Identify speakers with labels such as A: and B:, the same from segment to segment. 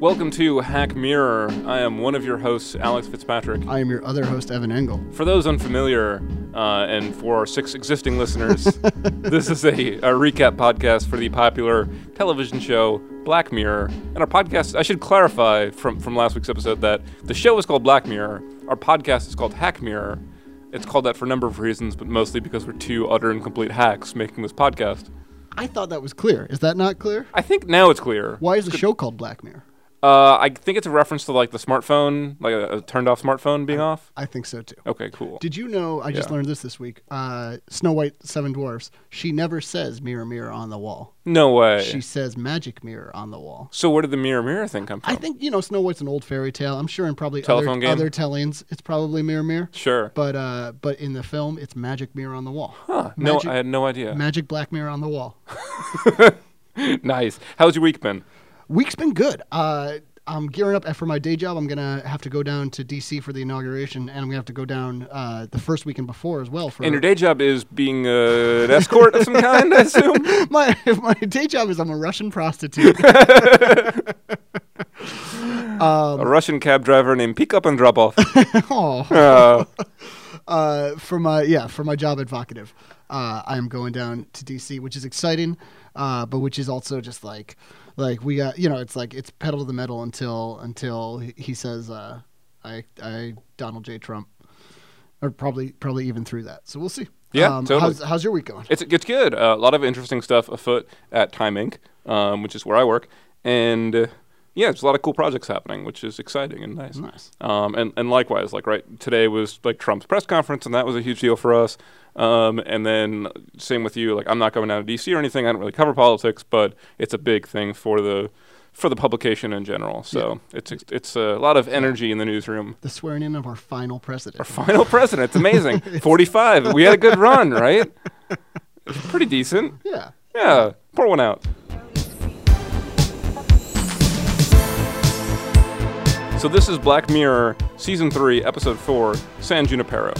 A: Welcome to Hack Mirror. I am one of your hosts, Alex Fitzpatrick.
B: I am your other host, Evan Engel.
A: For those unfamiliar, uh, and for our six existing listeners, this is a, a recap podcast for the popular television show Black Mirror. And our podcast, I should clarify from, from last week's episode that the show is called Black Mirror, our podcast is called Hack Mirror. It's called that for a number of reasons, but mostly because we're two utter and complete hacks making this podcast.
B: I thought that was clear. Is that not clear?
A: I think now it's clear.
B: Why is the show called Black Mirror?
A: Uh, I think it's a reference to like the smartphone, like a, a turned off smartphone being off.
B: I think so too.
A: Okay, cool.
B: Did you know? I just
A: Yeah.
B: learned this this week. Uh, Snow White, Seven Dwarfs. She never says "mirror, mirror on the wall."
A: No way.
B: She says "magic mirror on the wall."
A: so where did the mirror mirror thing come from?
B: I think you know Snow White's an old fairy tale. I'm sure in probably other,
A: Oh. Telephone game?
B: other tellings, it's probably mirror, mirror.
A: sure.
B: But uh, but in the film, it's magic mirror on the wall.
A: Huh. No,
B: Magic-
A: I had no idea.
B: Magic black mirror on the wall.
A: nice. How's your week been?
B: Uh, Week's been good. Uh, I'm gearing up for my day job. I'm gonna have to go down to DC for the inauguration, and I'm gonna have to go down uh, the first weekend before as well. For
A: And your day job is being uh, an escort of some kind, I assume.
B: my my day job is I'm a Russian prostitute. Um,
A: a Russian cab driver named Pick Up and Drop Off.
B: oh,
A: Uh,
B: uh, for my yeah for my job at Vocative, uh, I am going down to DC, which is exciting, uh, but which is also just like like we got you know it's like it's pedal to the metal until until he- he says uh, I I Donald J Trump. Or probably, probably even through that. So we'll see. Um,
A: Yeah, totally.
B: How's, how's your week going?
A: it's it's good. Uh, a lot of interesting stuff afoot at Time Inc., um, which is where I work, and uh, yeah, there's a lot of cool projects happening, which is exciting and nice.
B: Nice.
A: Um, and, and likewise, like right today was like Trump's press conference, and that was a huge deal for us. Um, and then same with you, like I'm not going out of D.C. or anything. I don't really cover politics, but it's a big thing for the for the publication in general. So it's it's it's a lot of energy in the newsroom.
B: The swearing in of our final president.
A: Our final president, it's amazing. 45. We had a good run, right? It's pretty decent.
B: yeah.
A: Yeah, pour one out. So this is Black Mirror, season three, episode four, San Junipero.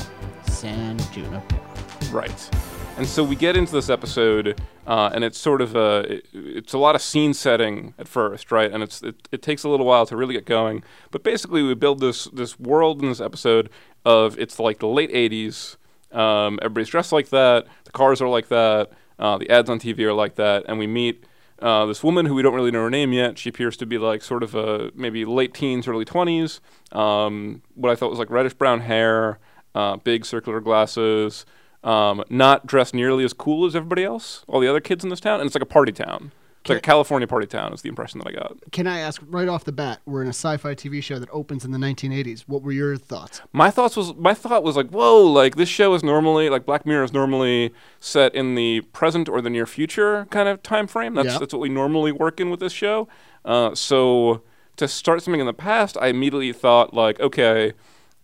B: San Junipero.
A: Right. And so we get into this episode, uh, and it's sort of a, it- it's a lot of scene setting at first, right? And it's it, it takes a little while to really get going. But basically, we build this this world in this episode of it's like the late '80s. Um, everybody's dressed like that. The cars are like that. Uh, the ads on TV are like that. And we meet uh, this woman who we don't really know her name yet. She appears to be like sort of a maybe late teens, early 20s. Um, what I thought was like reddish brown hair, uh, big circular glasses, um, not dressed nearly as cool as everybody else, all the other kids in this town. And it's like a party town. It's like a California party town, is the impression that I got.
B: Can I ask right off the bat? We're in a sci-fi TV show that opens in the 1980s. What were your thoughts?
A: my thoughts was my thought was like whoa like this show is normally like black mirror is normally set in the present or the near future kind of time frame that's
B: Yeah.
A: that's what we normally work in with this show uh, so to start something in the past i immediately thought like okay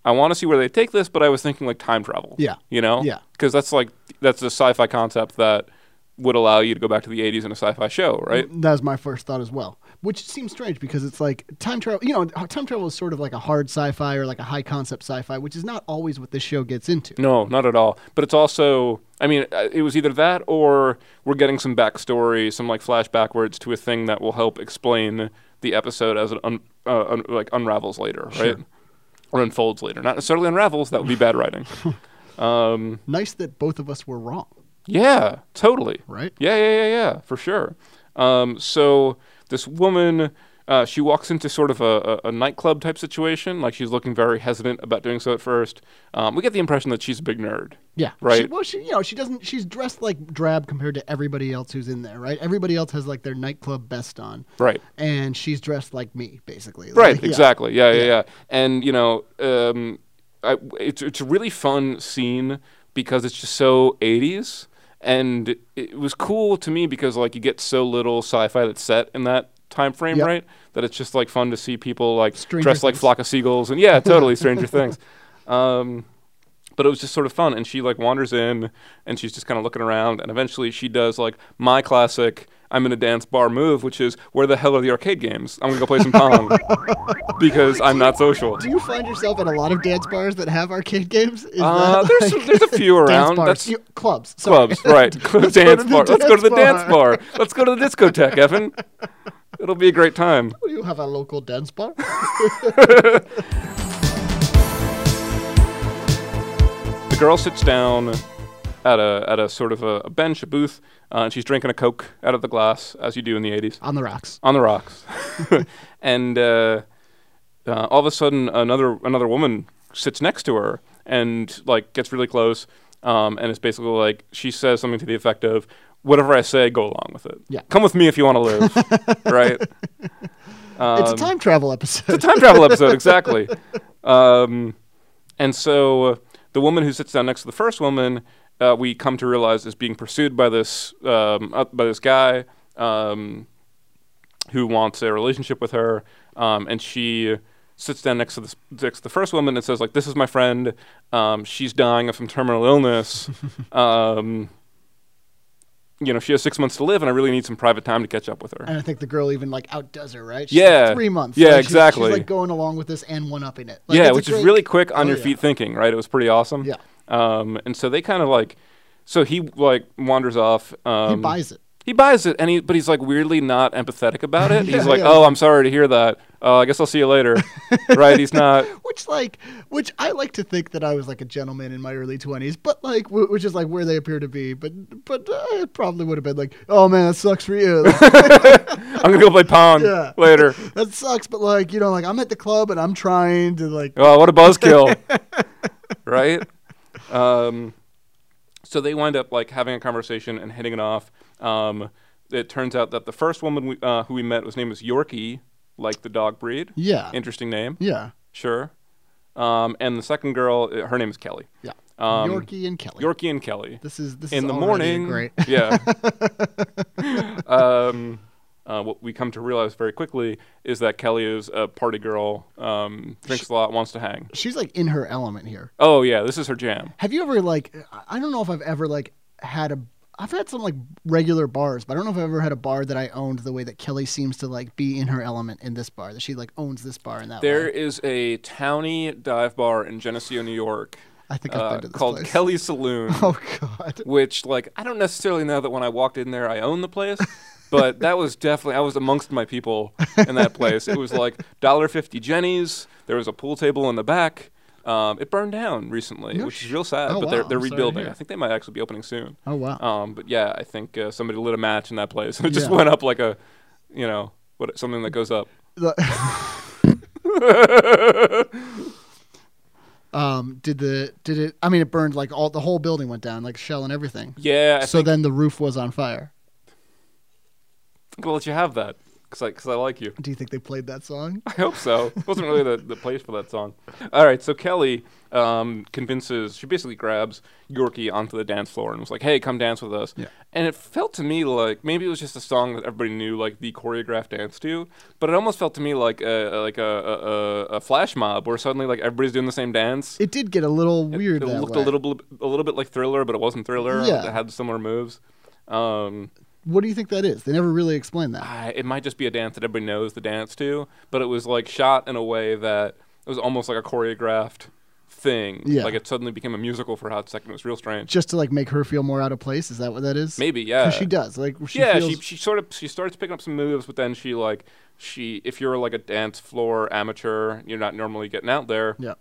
A: i want to see where they take this but i was thinking like time travel
B: Yeah.
A: you know
B: Yeah.
A: because that's like that's a sci-fi concept that would allow you to go back to the 80s in a sci-fi show right
B: That was my first thought as well, which seems strange because it's like time travel. You know, time travel is sort of like a hard sci-fi or like a high concept sci-fi, which is not always what this show gets into.
A: No, not at all. But it's also, I mean, uh, it was either that or we're getting some backstory, some like flash backwards to a thing that will help explain the episode as it un- uh, un- like unravels later, right? Or unfolds later. Not necessarily unravels. That would be bad writing. um,
B: Nice that both of us were wrong,
A: yeah, totally.
B: right?
A: Yeah, yeah, yeah, yeah, for sure. Um, so this woman, uh, she walks into sort of a, a, a nightclub type situation. Like she's looking very hesitant about doing so at first. Um, we get the impression that she's a big nerd.
B: Yeah. She,
A: Right.
B: well, she you know she doesn't. She's dressed like drab compared to everybody else who's in there, right? Everybody else has like their nightclub best on,
A: Right.
B: and she's dressed like me, basically.
A: Right,
B: Like, yeah.
A: exactly. Yeah, yeah,
B: Yeah.
A: yeah. And you know, um, I, it's it's a really fun scene because it's just so 80s, and it was cool to me because like you get so little sci-fi that's set in that time frame,
B: Yep.
A: right? That it's just like fun to see people like
B: Stranger
A: dressed like
B: Things.
A: flock of seagulls, and yeah, totally Stranger Things. Um, but it was just sort of fun, and she like wanders in, and she's just kind of looking around, and eventually she does like my classic. I'm in a dance bar move, which is where the hell are the arcade games? I'm gonna go play some Pong because I'm not social.
B: Do you find yourself at a lot of dance bars that have arcade games? Is
A: Uh,
B: that,
A: there's
B: like-
A: some- there's a few around.
B: dance bars,
A: That's
B: You- clubs, sorry.
A: clubs, right? Club
B: go to
A: dance
B: the
A: bar. Let's go to
B: dance
A: the dance
B: bar.
A: bar. Let's go to the discotheque, Evan. It'll be a great time.
B: You have a local dance bar.
A: The girl sits down at a at a sort of a, a bench, a booth, uh, and she's drinking a coke out of the glass, as you do in the '80s,
B: on the rocks.
A: on the rocks. and uh, uh, all of a sudden, another another woman sits next to her and like gets really close, um, and it's basically like she says something to the effect of, "Whatever I say, go along with it.
B: Yeah.
A: come with me if you want to live, right?"
B: it's a
A: Um,
B: time travel episode.
A: it's a time travel episode, exactly. Um, and so uh, the woman who sits down next to the first woman, uh, we come to realize is being pursued by this um, uh, by this guy um, who wants a relationship with her, um, and she sits down next to this next to the first woman and says like, "This is my friend. Um, she's dying of some terminal illness." um, you know, she has six months to live, and I really need some private time to catch up with her.
B: and I think the girl even like outdoes her, right? like,
A: Yeah.
B: three months.
A: Yeah,
B: Like, she's-
A: exactly.
B: She's like going along with this and one upping it. Like,
A: yeah,
B: it's a
A: which is
B: great-
A: really quick on
B: Oh,
A: your
B: yeah.
A: feet thinking, right? It was pretty awesome.
B: Yeah.
A: Um, and so they kind of like, so he like wanders off. Um,
B: he buys it.
A: He buys it, and he but he's like weirdly not empathetic about it.
B: Yeah,
A: he's like,
B: yeah.
A: oh, I'm sorry to hear that. Uh, I guess I'll see you later. right? He's not.
B: Which like, which I like to think that I was like a gentleman in my early twenties, but like, w- which is like where they appear to be. But but uh, it probably would have been like, oh man, that sucks for you. Like,
A: I'm gonna go play pong
B: Yeah.
A: later.
B: that sucks. But like, you know, like I'm at the club and I'm trying to like,
A: Oh, what a buzzkill. right? Um, so they wind up like having a conversation and hitting it off. Um, it turns out that the first woman we, uh, who we met was named as Yorkie, like the dog breed.
B: yeah,
A: Interesting name.
B: yeah,
A: Sure. Um, and the second girl, uh, her name is Kelly.
B: yeah.
A: Um,
B: Yorkie and Kelly.
A: Yorkie and Kelly.
B: This is this
A: In
B: is
A: the
B: already
A: morning.
B: Great.
A: Yeah. um, uh, what we come to realize very quickly is that Kelly is a party girl, um, drinks a lot, wants to hang.
B: She's like in her element here.
A: Oh, yeah, this is her jam.
B: Have you ever like I- I don't know if I've ever like had a I've had some like regular bars, but I don't know if I've ever had a bar that I owned the way that Kelly seems to like be in her element in this bar. That she like owns this bar in that
A: There
B: way.
A: is a towny dive bar in Geneseo, New York
B: I think I've
A: uh,
B: been to this
A: called
B: place.
A: Kelly Saloon.
B: Oh god.
A: which like I don't necessarily know that when I walked in there I owned the place, but that was definitely I was amongst my people in that place. It was like dollar fifty Jenny's. There was a pool table in the back. Um, it burned down recently,
B: No
A: which
B: sh-
A: is real sad.
B: Oh,
A: but they're
B: wow.
A: they're
B: I'm sorry to
A: rebuilding.
B: hear.
A: I think they might actually be opening soon.
B: Oh wow.
A: Um, but yeah, I think uh, somebody lit a match in that place and it just
B: Yeah.
A: went up like a, you know, what something that goes up.
B: The- um did the did it I mean it burned like all the whole building went down like shell and everything.
A: Yeah, I
B: so
A: think
B: then the roof was on fire.
A: I'll let you have that because I, 'cause I like you.
B: Do you think they played that song?
A: I hope so. It wasn't really the, the place for that song. All right, so Kelly um, convinces, she basically grabs Yorkie onto the dance floor and was like, hey, come dance with us.
B: Yeah.
A: And it felt to me like maybe it was just a song that everybody knew, like the choreographed dance to, but it almost felt to me like a, like a, a, a- a flash mob where suddenly like everybody's doing the same dance.
B: It did get a little
A: It-
B: weird
A: It,
B: that
A: looked
B: way.
A: a little bl- a little bit like Thriller, but it wasn't Thriller.
B: Yeah.
A: It had similar moves. Um,
B: What do you think that is? They never really explained that.
A: I, it might just be a dance that everybody knows the dance to, but it was like shot in a way that it was almost like a choreographed thing.
B: Yeah.
A: Like it suddenly became a musical for a hot second. It was real strange.
B: just to like make her feel more out of place. Is that what that is?
A: Maybe,
B: 'Cause
A: yeah.
B: she does. Like she
A: yeah,
B: feels.
A: she she sort of she starts picking up some moves, but then she like she if you're like a dance floor amateur, you're not normally getting out there.
B: yeah.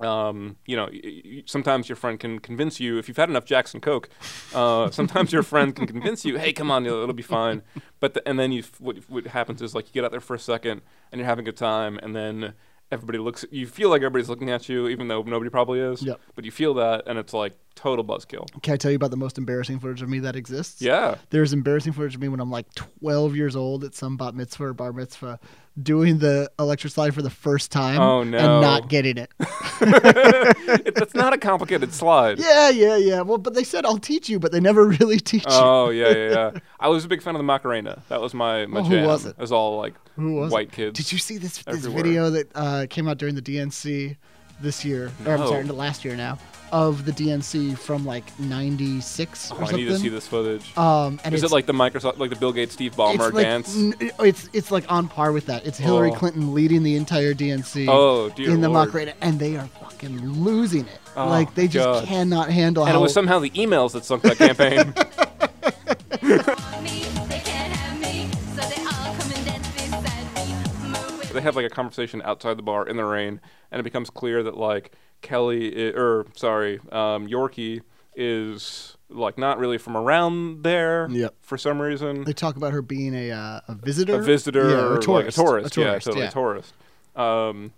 A: um, you know, y- y- sometimes your friend can convince you if you've had enough Jackson Coke. Uh, sometimes your friend can convince you, "Hey, come on, it'll, it'll be fine." But the, and then you, f- what, what happens is like you get out there for a second and you're having a good time, and then everybody looks. at- You feel like everybody's looking at you, even though nobody probably is.
B: Yep.
A: But you feel that, and it's like total buzzkill.
B: Can I tell you about the most embarrassing footage of me that exists?
A: Yeah.
B: There's embarrassing footage of me when I'm like 12 years old at some bat mitzvah or bar mitzvah, doing the electric slide for the first time.
A: Oh, no.
B: And not getting it.
A: it, that's not a complicated slide.
B: yeah, yeah, yeah. Well, but they said I'll teach you, but they never really teach you.
A: Oh yeah, yeah, yeah. I was a big fan of the Macarena. That was my my
B: Oh, who
A: jam.
B: was it?
A: It was all like
B: Who was it?
A: white kids.
B: Did you see this this
A: everywhere.
B: video that uh, came out during the DNC this year, or I'm
A: No.
B: sorry, last year now, of the DNC from like '96 or
A: Oh, I
B: something.
A: need to see this footage.
B: Um, and
A: Is
B: it's,
A: it like the Microsoft, like the Bill Gates, Steve Ballmer
B: it's like,
A: dance?
B: n- it's it's like on par with that. It's Hillary
A: Oh.
B: Clinton leading the entire DNC
A: Oh, dear
B: in the
A: Lord.
B: mock raid, and they are fucking losing it.
A: Oh,
B: like they just
A: God.
B: cannot handle
A: and
B: how
A: it was somehow the emails that sunk that campaign.
C: me, they can't have me, so they all come and dance beside me. Move it.
A: they have like a conversation outside the bar in the rain, and it becomes clear that like Kelly i- or sorry, um, Yorkie is like not really from around there
B: Yep.
A: for some reason.
B: they talk about her being a uh, a visitor,
A: a visitor
B: Yeah,
A: or,
B: or a tourist,
A: like a tourist,
B: a tourist,
A: yeah, totally a tourist. Um,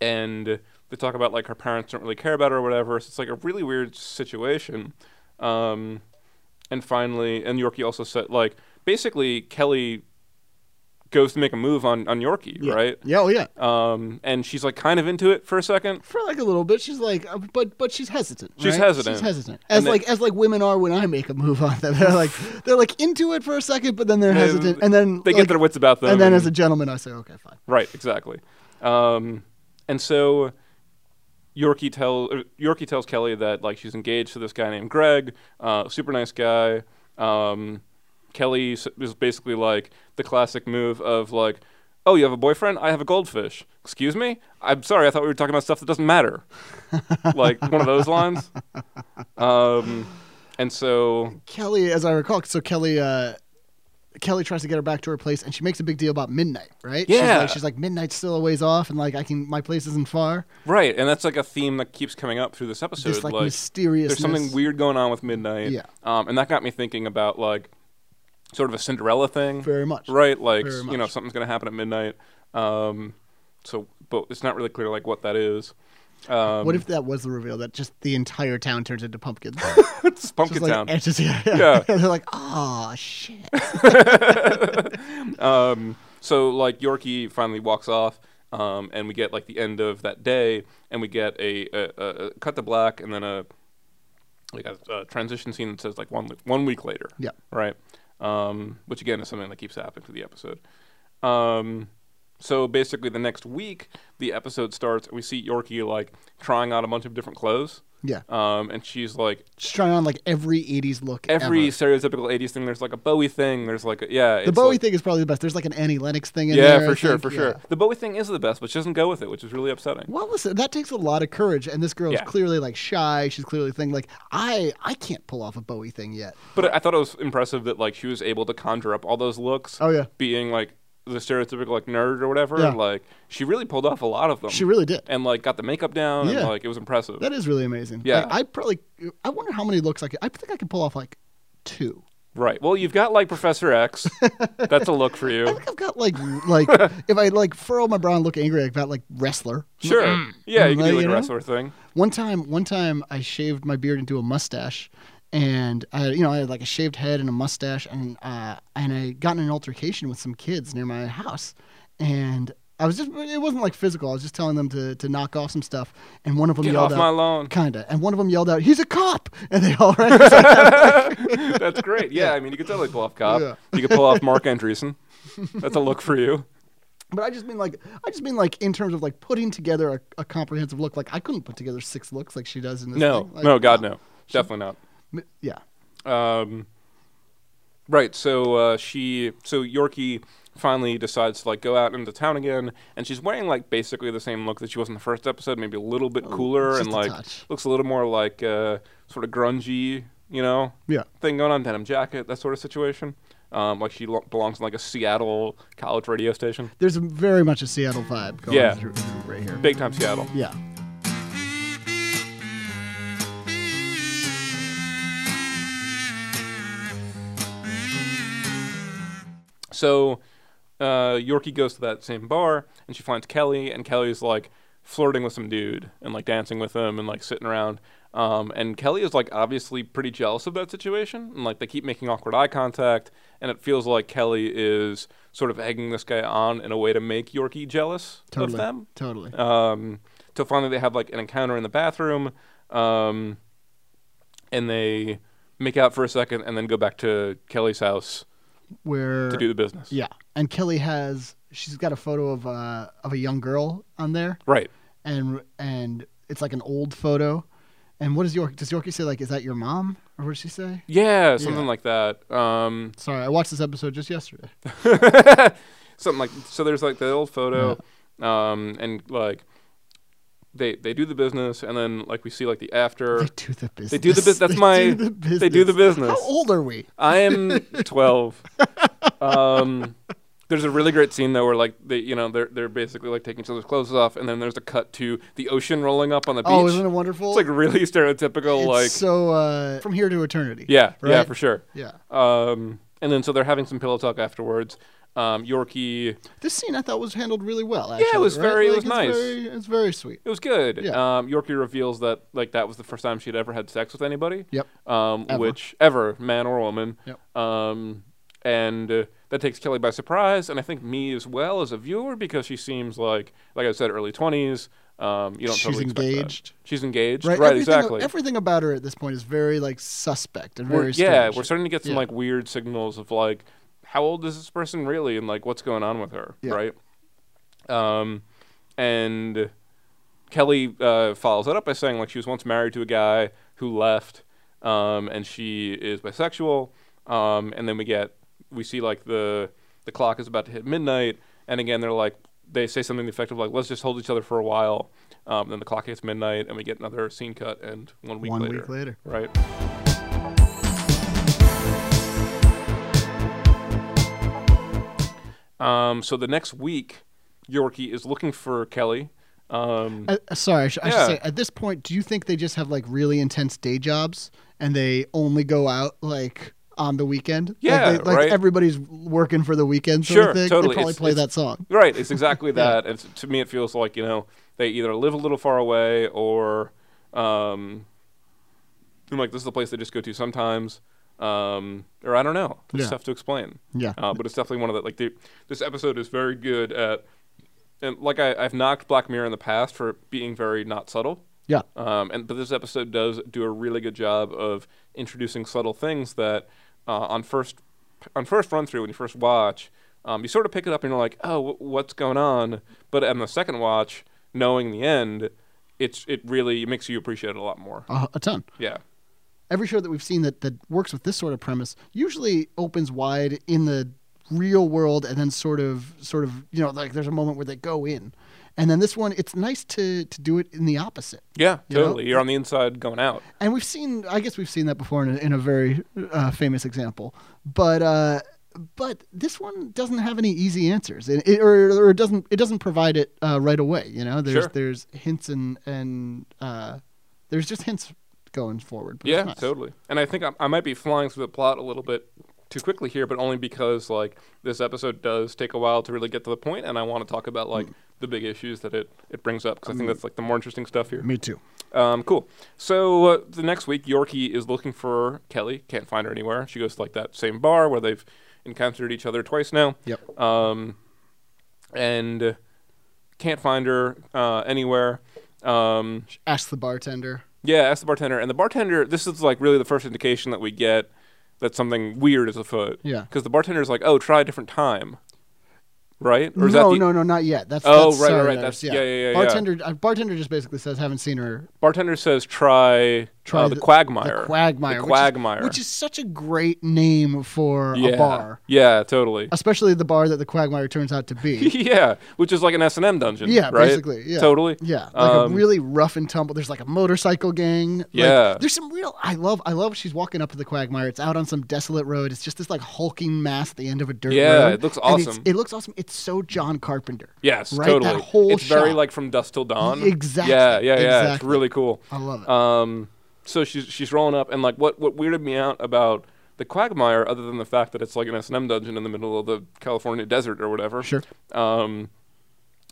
A: and they talk about like her parents don't really care about her or whatever. So it's like a really weird situation. Um, and finally, and Yorkie also said like basically Kelly goes to make a move on on Yorkie,
B: Yeah.
A: right?
B: Yeah, oh yeah.
A: Um, and she's like kind of into it for a second.
B: For like a little bit, she's like, uh, but but she's hesitant.
A: She's
B: right?
A: hesitant.
B: She's hesitant.
A: And
B: As
A: then-
B: like as like women are when I make a move on them, they're like they're like into it for a second, but then they're
A: They-
B: hesitant, and then
A: They
B: like,
A: get their wits about them,
B: and then as a gentleman, I say, okay, fine.
A: Right, exactly. Um, and so Yorkie tells Yorkie tells Kelly that like she's engaged to this guy named Greg, uh, super nice guy. Um, Kelly s- is basically like the classic move of like, oh, you have a boyfriend? I have a goldfish. Excuse me? I'm sorry, I thought we were talking about stuff that doesn't matter. like one of those lines. Um, and so
B: Kelly, as I recall, so Kelly, uh, Kelly tries to get her back to her place, and she makes a big deal about midnight, right? she's
A: Yeah.
B: like, she's like midnight's still a ways off, and like I can, my place isn't far.
A: right, and that's like a theme that keeps coming up through this episode.
B: This like, mysterious.
A: there's something weird going on with midnight
B: Yeah.
A: um, and that got me thinking about like sort of a cinderella thing
B: Very much.
A: right like
B: Very
A: s- you know
B: much.
A: something's going to happen at midnight um, so but it's not really clear like what that is um,
B: what if that was the reveal that just the entire town turns into pumpkins?
A: it's pumpkin
B: just like,
A: town
B: It's just, yeah, yeah.
A: Yeah.
B: They're like, oh shit.
A: um, so like yorkie finally walks off um, and we get like the end of that day and we get a, a, a, a cut to black and then a like a, a transition scene that says like one one week later
B: Yeah.
A: right? Um, which again is something that keeps happening to the episode. Um, so basically, the next week, the episode starts. and We see Yorkie like trying on a bunch of different clothes,
B: Yeah.
A: um, and she's like
B: She's trying on like every '80s look.
A: every
B: ever.
A: stereotypical '80s thing. There's like a Bowie thing. There's like a, yeah,
B: the
A: it's
B: Bowie
A: like-
B: thing is probably the best. There's like an Annie Lennox thing in
A: Yeah,
B: there. I
A: for sure,
B: think.
A: for
B: Yeah.
A: sure. The Bowie thing is the best, but she doesn't go with it, which is really upsetting.
B: Well, listen, that takes a lot of courage, and this girl is
A: Yeah.
B: clearly like shy. She's clearly thinking like, I I can't pull off a Bowie thing yet.
A: But I thought it was impressive that like she was able to conjure up all those looks.
B: Oh, yeah.
A: being like the stereotypical like nerd or whatever.
B: Yeah.
A: And, like she really pulled off a lot of them.
B: She really did.
A: and like got the makeup down and
B: Yeah.
A: like it was impressive.
B: That is really amazing.
A: Yeah.
B: Like, I probably I wonder how many looks I could. I think I could pull off like two.
A: right. Well, you've got like Professor X. That's a look for
B: I
A: you.
B: think I've got like like if I like furrow my brow and look angry, I've got like wrestler.
A: Sure. Yeah, you can
B: Like,
A: do like
B: you
A: a
B: know?
A: wrestler thing.
B: One time, one time, I shaved my beard into a mustache, and I, you know, I had like a shaved head and a mustache, and uh, and I got in an altercation with some kids near my house, and I was just, it wasn't like physical. I was just telling them to to knock off some stuff, and one of them
A: Get off
B: yelled
A: my
B: out,
A: lawn.
B: kinda, and one of them yelled out, "He's a cop!" and they all ran. inside.
A: That's great. Yeah, I mean, you could totally pull off Cobb.
B: Yeah.
A: You could pull off Mark Andreessen. That's a look for you.
B: but I just mean like, I just mean like in terms of like putting together a, a comprehensive look. Like I couldn't put together six looks like she does in this.
A: No,
B: thing. Like, uh,
A: no, God, no. Definitely not.
B: M- Yeah.
A: Um, right. So uh, she, so Yorkie finally decides to like go out into town again, and she's wearing like basically the same look that she was in the first episode, maybe a little bit cooler
B: Oh, just
A: and
B: a
A: like
B: touch.
A: looks a little more like uh, sort of grungy, you know,
B: Yeah.
A: thing going on, denim jacket, that sort of situation. Um, like she lo- belongs in like a Seattle college radio station,
B: There's very much a Seattle vibe going
A: Yeah.
B: through, through right here.
A: big time Seattle.
B: Yeah.
A: So uh, Yorkie goes to that same bar and she finds Kelly, and Kelly's like flirting with some dude and like dancing with him and like sitting around. Um, and Kelly is like obviously pretty jealous of that situation, and like they keep making awkward eye contact, and it feels like Kelly is sort of egging this guy on in a way to make Yorkie jealous
B: Totally.
A: of them.
B: Totally.
A: Um, till finally they have like an encounter in the bathroom, um, and they make out for a second, and then go back to Kelly's house
B: Where
A: to do the business.
B: Yeah. And Kelly has she's got a photo of uh of a young girl on there
A: Right.
B: and and it's like an old photo. And what does York? Does Yorkie say like, "Is that your mom?" Or what does she say?
A: Yeah, something
B: Yeah.
A: like that. Um,
B: Sorry, I watched this episode just yesterday.
A: something like so. There's like the old photo, um, and like they they do the business, and then like we see like the after.
B: They do the business.
A: They do the business. That's my.
B: do the
A: They do the business.
B: business. How old are we?
A: I am 12. um, there's a really great scene though where like they, you know, they're they're basically like taking each other's clothes off, and then there's a cut to the ocean rolling up on the beach.
B: Oh, isn't it wonderful?
A: it's like really stereotypical,
B: It's
A: like
B: so uh, from here to eternity.
A: yeah, yeah,
B: right?
A: for sure.
B: Yeah.
A: Um, and then so they're having some pillow talk afterwards. Um, Yorkie,
B: This scene I thought was handled really well.
A: it
B: Actually,
A: was
B: right?
A: very- it
B: Like,
A: was
B: it's
A: nice.
B: Very, it's very sweet.
A: it was good.
B: Yeah.
A: Um, Yorkie reveals that like that was the first time she'd ever had sex with anybody.
B: Yep.
A: um,
B: Ever.
A: which ever man or woman.
B: Yep.
A: Um, and uh, that takes Kelly by surprise, and I think me as well as a viewer because she seems like, like I said, early twenties. Um, you don't
B: She's
A: totally expect that.
B: engaged.
A: She's engaged, right?
B: Right. everything,
A: exactly.
B: Everything about her at this point is very like suspect and
A: We're-
B: very.
A: yeah,
B: strange.
A: we're starting to get some
B: Yeah.
A: like weird signals of like, how old is this person really, and like what's going on with her,
B: Yeah.
A: right? Um, and Kelly uh, follows that up by saying like she was once married to a guy who left, um, and she is bisexual. Um, and then we get we see like the the clock is about to hit midnight, and again they're like they say something effective like let's just hold each other for a while. Um, then the clock hits midnight, and we get another scene cut, and one week
B: One
A: later,
B: week later.
A: right? Um, so the next week, Yorkie is looking for Kelly. Um,
B: Uh, uh, sorry, I, sh- I
A: Yeah.
B: should say at this point, do you think they just have like really intense day jobs and they only go out like on the weekend? Like,
A: Yeah,
B: they- like
A: right.
B: everybody's working for the weekend. Sort
A: Sure,
B: of thing.
A: totally.
B: They probably
A: It's-
B: play
A: it's-
B: that song.
A: Right, it's exactly that. It's, to me, it feels like you know they either live a little far away or, um, I'm like this is the place they just go to sometimes, um, or I don't know. It's
B: Yeah.
A: tough to explain.
B: Yeah.
A: uh, but it's definitely one of the like the, this episode is very good at, and like I, I've knocked Black Mirror in the past for being very not subtle.
B: Yeah.
A: Um, and but this episode does do a really good job of introducing subtle things that uh, on first on first run through when you first watch, um, you sort of pick it up and you're like, oh, wh- what's going on? But on the second watch, knowing the end, it's it really makes you appreciate it a lot more.
B: Uh, a ton.
A: Yeah.
B: every show that we've seen that, that works with this sort of premise usually opens wide in the real world and then sort of sort of you know like there's a moment where they go in and then this one it's nice to to do it in the opposite
A: Yeah,
B: You know?
A: totally. You're on the inside going out.
B: and we've seen i guess we've seen that before in a, in a very uh, famous example but uh but this one doesn't have any easy answers it, it, or, or it doesn't it doesn't provide it uh, right away you know there's
A: Sure.
B: there's hints and and uh there's just hints going forward but it's
A: Yeah,
B: nice.
A: totally. And I think I, I might be flying through the plot a little bit too quickly here, but only because like this episode does take a while to really get to the point, and I want to talk about like
B: Mm.
A: the big issues that it it brings up because I think that's like the more interesting stuff here.
B: me too
A: Um, cool. So uh, the next week, Yorkie is looking for Kelly. Can't find her anywhere. She goes to like that same bar where they've encountered each other twice now.
B: yep
A: Um, and uh, can't find her uh, anywhere. Um,
B: ask the bartender.
A: yeah, ask the bartender. And the bartender, this is like really the first indication that we get that something weird is afoot.
B: Yeah.
A: Because the bartender's like, oh, try a different time. Right?
B: No,
A: is that the
B: no, no, not yet. That's
A: Oh, right,
B: that's
A: right,
B: Sarah
A: right.
B: Nurse,
A: That's- yeah, yeah, yeah, yeah.
B: Bartender, uh, bartender just basically says, "Haven't seen her."
A: bartender says try,
B: Try
A: uh, the, quagmire.
B: The quagmire.
A: The
B: which is-
A: quagmire.
B: which is, such a great name for
A: yeah.
B: a bar,
A: Yeah, totally.
B: especially the bar that the quagmire turns out to be.
A: yeah, which is like an S and M dungeon.
B: Yeah,
A: right?
B: basically, yeah.
A: totally.
B: Yeah, like
A: Um,
B: a really rough and tumble. There's like a motorcycle gang. Like,
A: Yeah.
B: there's some real. I love. I love. She's walking up to the quagmire. It's out on some desolate road. It's just this like hulking mass at the end of a dirt
A: Yeah,
B: road.
A: it looks
B: And it's-
A: awesome.
B: It looks awesome. It's so John Carpenter.
A: yes,
B: right,
A: totally.
B: That whole
A: it's very
B: shot.
A: like from dusk till dawn.
B: Exactly,
A: Yeah, yeah, yeah. It's
B: exactly.
A: really cool.
B: I love it.
A: Um, so she's she's rolling up, and like what what weirded me out about the quagmire, other than the fact that it's like an S and M dungeon in the middle of the California desert or whatever.
B: Sure.
A: Um,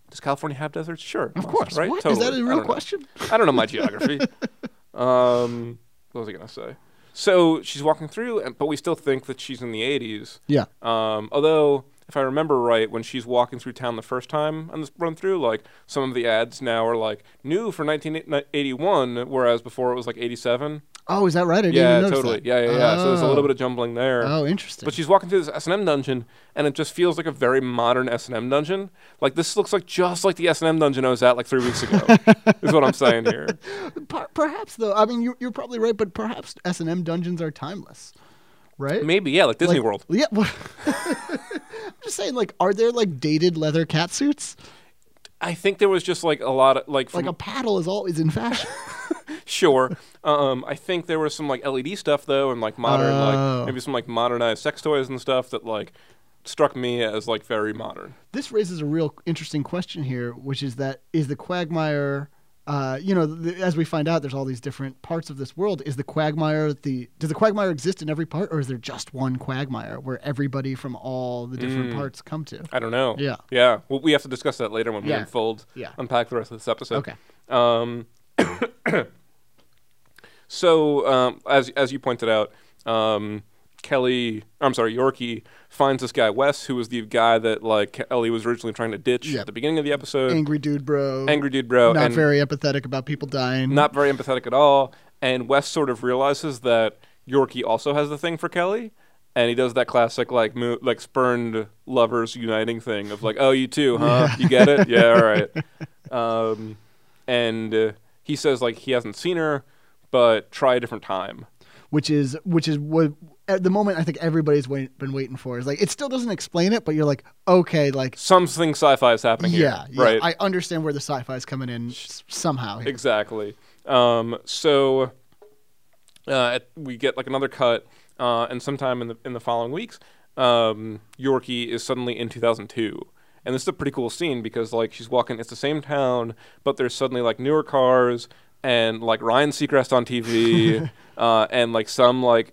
A: does California have deserts? Sure.
B: of
A: must,
B: course.
A: Right.
B: What? Is
A: Totally.
B: that
A: I
B: a
A: don't
B: real
A: know.
B: question?
A: I don't know my geography. um, what was I gonna say? So she's walking through, and, but we still think that she's in the '80s.
B: Yeah.
A: Um, although if I remember right, when she's walking through town the first time on this run through, like some of the ads now are like new for 1981, whereas before it was like 87.
B: Oh, is that right? I didn't
A: yeah,
B: even notice
A: totally.
B: that.
A: Yeah, yeah, yeah. So there's a
B: Oh.
A: little bit of jumbling there.
B: Oh, interesting.
A: But she's walking through this S and M dungeon, and it just feels like a very modern S and M dungeon. Like this looks like just like the S and M dungeon I was at like three weeks ago. is what I'm saying here.
B: Per- perhaps though. I mean, you, you're probably right, but perhaps S and M dungeons are timeless, right?
A: Maybe yeah, like Disney
B: Like-
A: World.
B: Yeah. well- I'm just saying, like, are there like dated leather cat suits?
A: I think there was just like a lot of like from,
B: Like a paddle is always in fashion.
A: sure. Um, I think there was some like LED stuff though, and like modern
B: Oh.
A: like maybe some like modernized sex toys and stuff that like struck me as like very modern.
B: this raises a real interesting question here, which is that is the quagmire. Uh, you know, th- as we find out, there's all these different parts of this world. Is the quagmire the does the quagmire exist in every part, or is there just one quagmire where everybody from all the
A: Mm.
B: different parts come to?
A: I don't know.
B: Yeah.
A: Yeah. Well, we have to discuss that later when we
B: Yeah.
A: unfold,
B: Yeah.
A: unpack the rest of this episode.
B: Okay.
A: Um, so, um, as as you pointed out, um, Kelly, I'm sorry, Yorkie finds this guy Wes, who was the guy that like Kelly was originally trying to ditch
B: Yep.
A: at the beginning of the episode.
B: Angry dude, bro.
A: Uh, Angry dude, bro,
B: Not
A: and
B: very empathetic about people dying.
A: not very empathetic at all. And Wes sort of realizes that Yorkie also has the thing for Kelly. And he does that classic like mo- like spurned lovers uniting thing of like oh you too huh you get it yeah all right um, and uh, he says like he hasn't seen her but try a different time
B: which is which is what at the moment I think everybody's wait, been waiting for is like it still doesn't explain it, but you're like okay, like
A: something sci-fi is happening here,
B: yeah, yeah,
A: right
B: I understand where the sci-fi is coming in s- somehow. here.
A: Exactly. Um, so uh, at- we get like another cut, uh, and sometime in the in the following weeks, um, Yorkie is suddenly in 2002. And this is a pretty cool scene because like she's walking, it's the same town, but there's suddenly like newer cars and like Ryan Seacrest on TV, uh, and like some like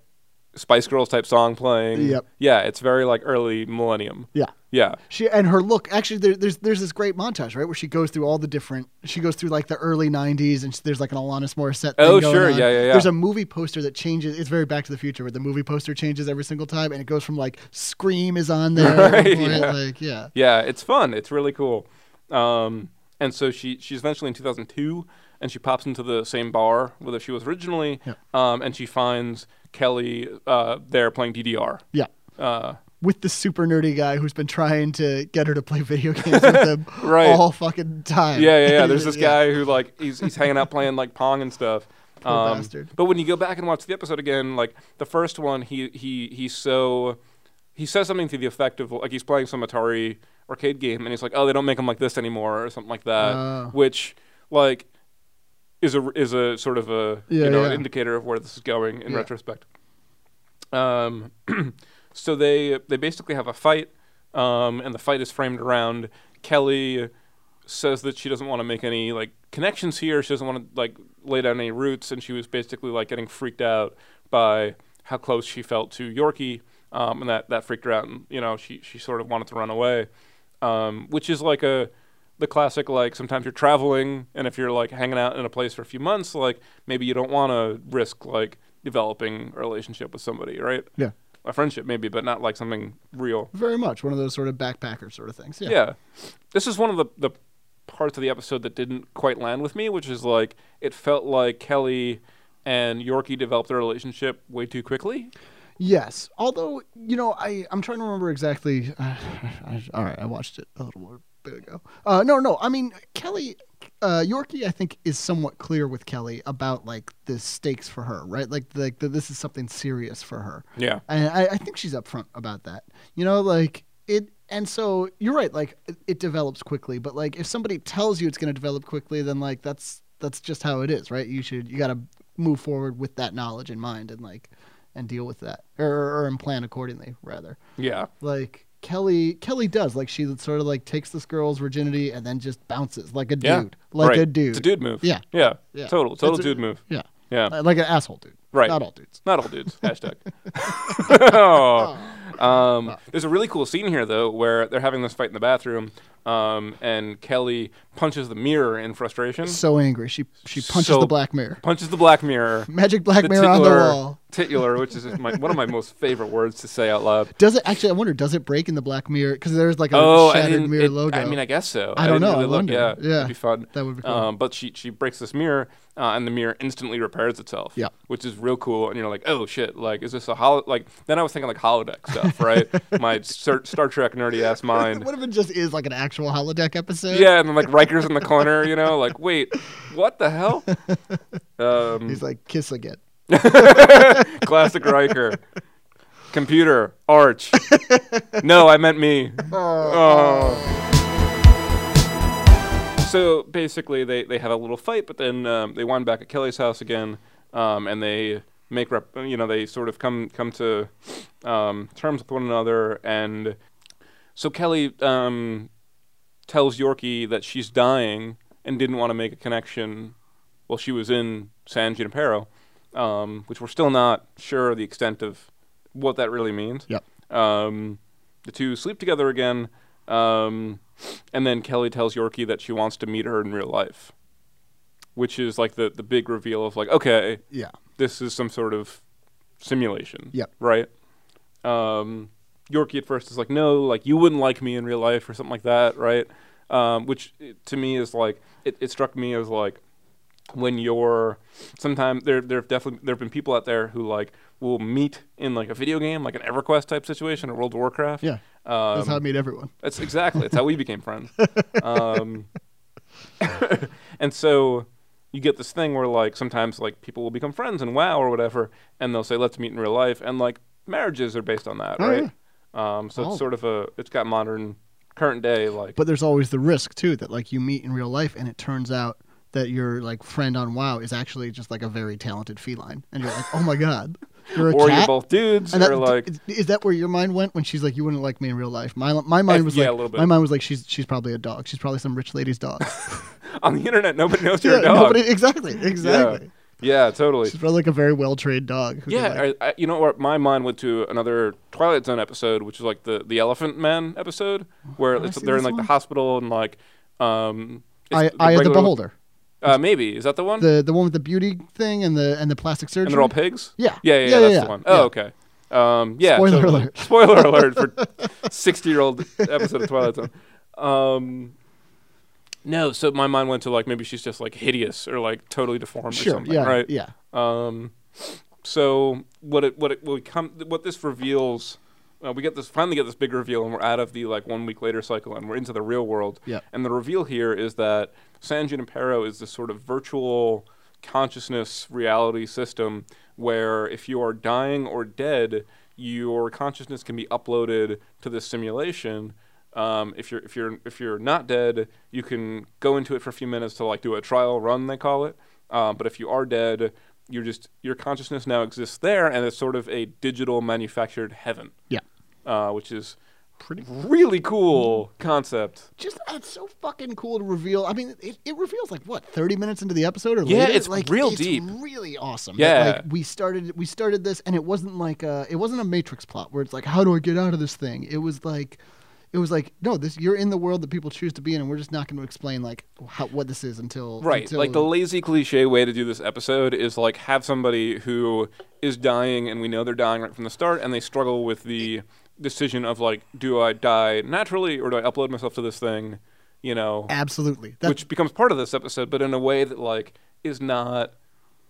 A: Spice Girls type song playing.
B: Yep.
A: Yeah, it's very like early millennium.
B: Yeah.
A: Yeah.
B: She and her look actually there, there's there's this great montage right where she goes through all the different she goes through like the early '90s and there's like an Alanis Morissette. Thing
A: Oh,
B: going
A: sure,
B: on.
A: yeah, yeah, yeah.
B: There's a movie poster that changes. It's very Back to the Future where the movie poster changes every single time and it goes from like Scream is on there, at one
A: Right,
B: point,
A: yeah.
B: like yeah,
A: Yeah, it's fun. It's really cool. Um, and so she she's eventually in 2002, and she pops into the same bar where she was originally,
B: Yeah.
A: um, and she finds Kelly uh, there playing DDR.
B: yeah.
A: Uh,
B: with the super nerdy guy who's been trying to get her to play video games with him
A: Right.
B: all fucking time.
A: yeah, yeah, yeah. There's this
B: Yeah.
A: guy who like he's he's hanging out playing like Pong and stuff. Um,
B: Poor bastard.
A: But when you go back and watch the episode again, like the first one, he he he's so he says something to the effect of like he's playing some Atari arcade game and he's like, oh, they don't make them like this anymore or something like that,
B: Oh.
A: which like is a is a sort of a
B: Yeah,
A: you know
B: yeah.
A: an indicator of where this is going in
B: Yeah.
A: retrospect. Um, so they they basically have a fight, um, and the fight is framed around Kelly says that she doesn't want to make any like connections here. She doesn't want to like lay down any roots, and she was basically like getting freaked out by how close she felt to Yorkie, um, and that that freaked her out, and you know she she sort of wanted to run away, um, which is like a the classic like sometimes you're traveling and if you're like hanging out in a place for a few months like maybe you don't want to risk like developing a relationship with somebody right
B: Yeah.
A: a friendship maybe, but not like something real.
B: Very much one of those sort of backpacker sort of things. Yeah.
A: Yeah. This is one of the, the parts of the episode that didn't quite land with me, which is like it felt like Kelly and Yorkie developed their relationship way too quickly.
B: Yes. Although, you know, I I'm trying to remember exactly I, all right, I watched it a little more bit ago. Uh no, no. I mean, Kelly uh, Yorkie, I think, is somewhat clear with Kelly about like the stakes for her, right? Like, like that this is something serious for her.
A: Yeah.
B: and I, I think she's upfront about that. You know, like it, and so you're right. Like it, it develops quickly, but like if somebody tells you it's going to develop quickly, then like that's that's just how it is, right? You should you got to move forward with that knowledge in mind and like and deal with that or, or, and plan accordingly rather.
A: Yeah.
B: Like Kelly, Kelly does like she sort of like takes this girl's virginity and then just bounces like a dude,
A: Yeah.
B: like
A: Right.
B: a dude,
A: It's a dude move.
B: Yeah.
A: Yeah.
B: Yeah.
A: Total, total
B: It's a-
A: dude move.
B: yeah,
A: Yeah.
B: Uh, like an asshole dude,
A: Right.
B: Not all dudes.
A: Not all dudes. Hashtag. Oh. Um, there's a really cool scene here though, where they're having this fight in the bathroom, um, and Kelly punches the mirror in frustration.
B: So angry, she she punches
A: So-
B: the black mirror.
A: punches the black mirror.
B: Magic Black
A: the
B: Mirror on the
A: tickler
B: wall.
A: Titular, which is just my, one of my most favorite words to say out loud.
B: Does it actually? I wonder. Does it break in the black mirror? Because there's like a
A: Oh, I
B: shattered
A: didn't.
B: mirror
A: it-
B: logo.
A: I mean, I guess so.
B: I don't
A: didn't
B: know, I
A: Really look.
B: wonder.
A: Yeah,
B: Yeah,
A: that'd be fun.
B: that would be cool.
A: Um, but she she breaks this mirror, uh, and the mirror instantly repairs itself.
B: Yeah.
A: which is real cool. And you're like, oh shit! Like, is this a hol? Like, then I was thinking like holodeck stuff, right? My Star, Star Trek nerdy ass mind.
B: what if it just is like an actual holodeck episode?
A: yeah, and then like Riker's in the corner, you know, like wait, what the hell? Um,
B: He's like kissing it.
A: Classic Riker. Computer. Arch. no, I meant me. Oh. So basically, they, they have a little fight, but then um, they wind back at Kelly's house again, um, and they make rep- you know they sort of come come to um, terms with one another, and so Kelly um, tells Yorkie that she's dying and didn't want to make a connection while she was in San Junipero, um, which we're still not sure the extent of what that really means.
B: Yep.
A: Um, the two sleep together again, um, and then Kelly tells Yorkie that she wants to meet her in real life, which is like the, the big reveal of like, okay,
B: Yeah.
A: this is some sort of simulation.
B: Yep.
A: Right? Um, Yorkie at first is like, no, like you wouldn't like me in real life or something like that, right? Um, which eh, to me is like, it, it struck me as like when you're sometimes there there have definitely there have been people out there who like will meet in like a video game like an EverQuest type situation or World of Warcraft.
B: Yeah.
A: Um,
B: That's how I meet everyone.
A: that's exactly. It's how we became friends. Um, and so you get this thing where like sometimes like people will become friends and wow or whatever, and they'll say let's meet in real life, and like marriages are based on that,
B: Oh,
A: right? Um, so
B: Oh.
A: it's sort of a it's got modern current day like
B: But there's always the risk too that like you meet in real life and it turns out that your like friend on WoW is actually just like a very talented feline, and you're like, oh my god, you're a
A: or
B: cat.
A: you're both dudes
B: and that,
A: or like
B: is- is that where your mind went when she's like, you wouldn't like me in real life? My my mind was
A: yeah, a
B: like,
A: little bit.
B: my mind was like, she's she's probably a dog. She's probably some rich lady's dog.
A: on the internet nobody knows you're
B: yeah,
A: a dog.
B: nobody- exactly, exactly.
A: Yeah. yeah, totally.
B: She's probably like a very well trained dog. who could,
A: Yeah,
B: like-
A: I, I, you know what? My mind went to another Twilight Zone episode, which is like the the Elephant Man episode, where
B: Oh, I
A: it's,
B: seen
A: they're in
B: this
A: like
B: one?
A: the hospital and like, um, it's
B: I, I, the
A: regular-
B: beholder,
A: Uh, maybe is that the one?
B: the the one with the beauty thing and the and the plastic surgery.
A: and they're all pigs.
B: Yeah.
A: yeah, yeah,
B: Yeah,
A: that's
B: yeah,
A: the one.
B: yeah.
A: Oh, okay. Um, yeah.
B: Spoiler
A: totally.
B: alert.
A: Spoiler alert for sixty-year-old episode of Twilight Zone. Um, no, so my mind went to like maybe she's just like hideous or like totally deformed or
B: sure,
A: something,
B: yeah,
A: right?
B: yeah,
A: Um, so what it what it will come what this reveals, uh, we get this finally get this big reveal, and we're out of the like one week later cycle, and we're into the real world.
B: Yep.
A: And the reveal here is that San Junipero is this sort of virtual consciousness reality system where if you are dying or dead, your consciousness can be uploaded to this simulation. Um, if you're if you're if you're not dead, you can go into it for a few minutes to like do a trial run, they call it. Um, but if you are dead, you're just your consciousness now exists there, and it's sort of a digital manufactured heaven,
B: yeah.
A: uh, which is pretty really cool concept.
B: Just that's so fucking cool to reveal. I mean, it, it reveals like what thirty minutes into the episode or
A: Yeah,
B: later?
A: it's
B: like,
A: real
B: it's
A: deep.
B: really awesome. that,
A: Yeah.
B: like, we started we started this, and it wasn't like a, it wasn't a Matrix plot where it's like, how do I get out of this thing? It was like. It was like no, this you're in the world that people choose to be in, and we're just not going to explain like how, what this is until
A: Right,
B: until-
A: like the lazy cliche way to do this episode is like have somebody who is dying, and we know they're dying right from the start, and they struggle with the decision of like, do I die naturally or do I upload myself to this thing? You know,
B: absolutely That's
A: which becomes part of this episode, but in a way that like is not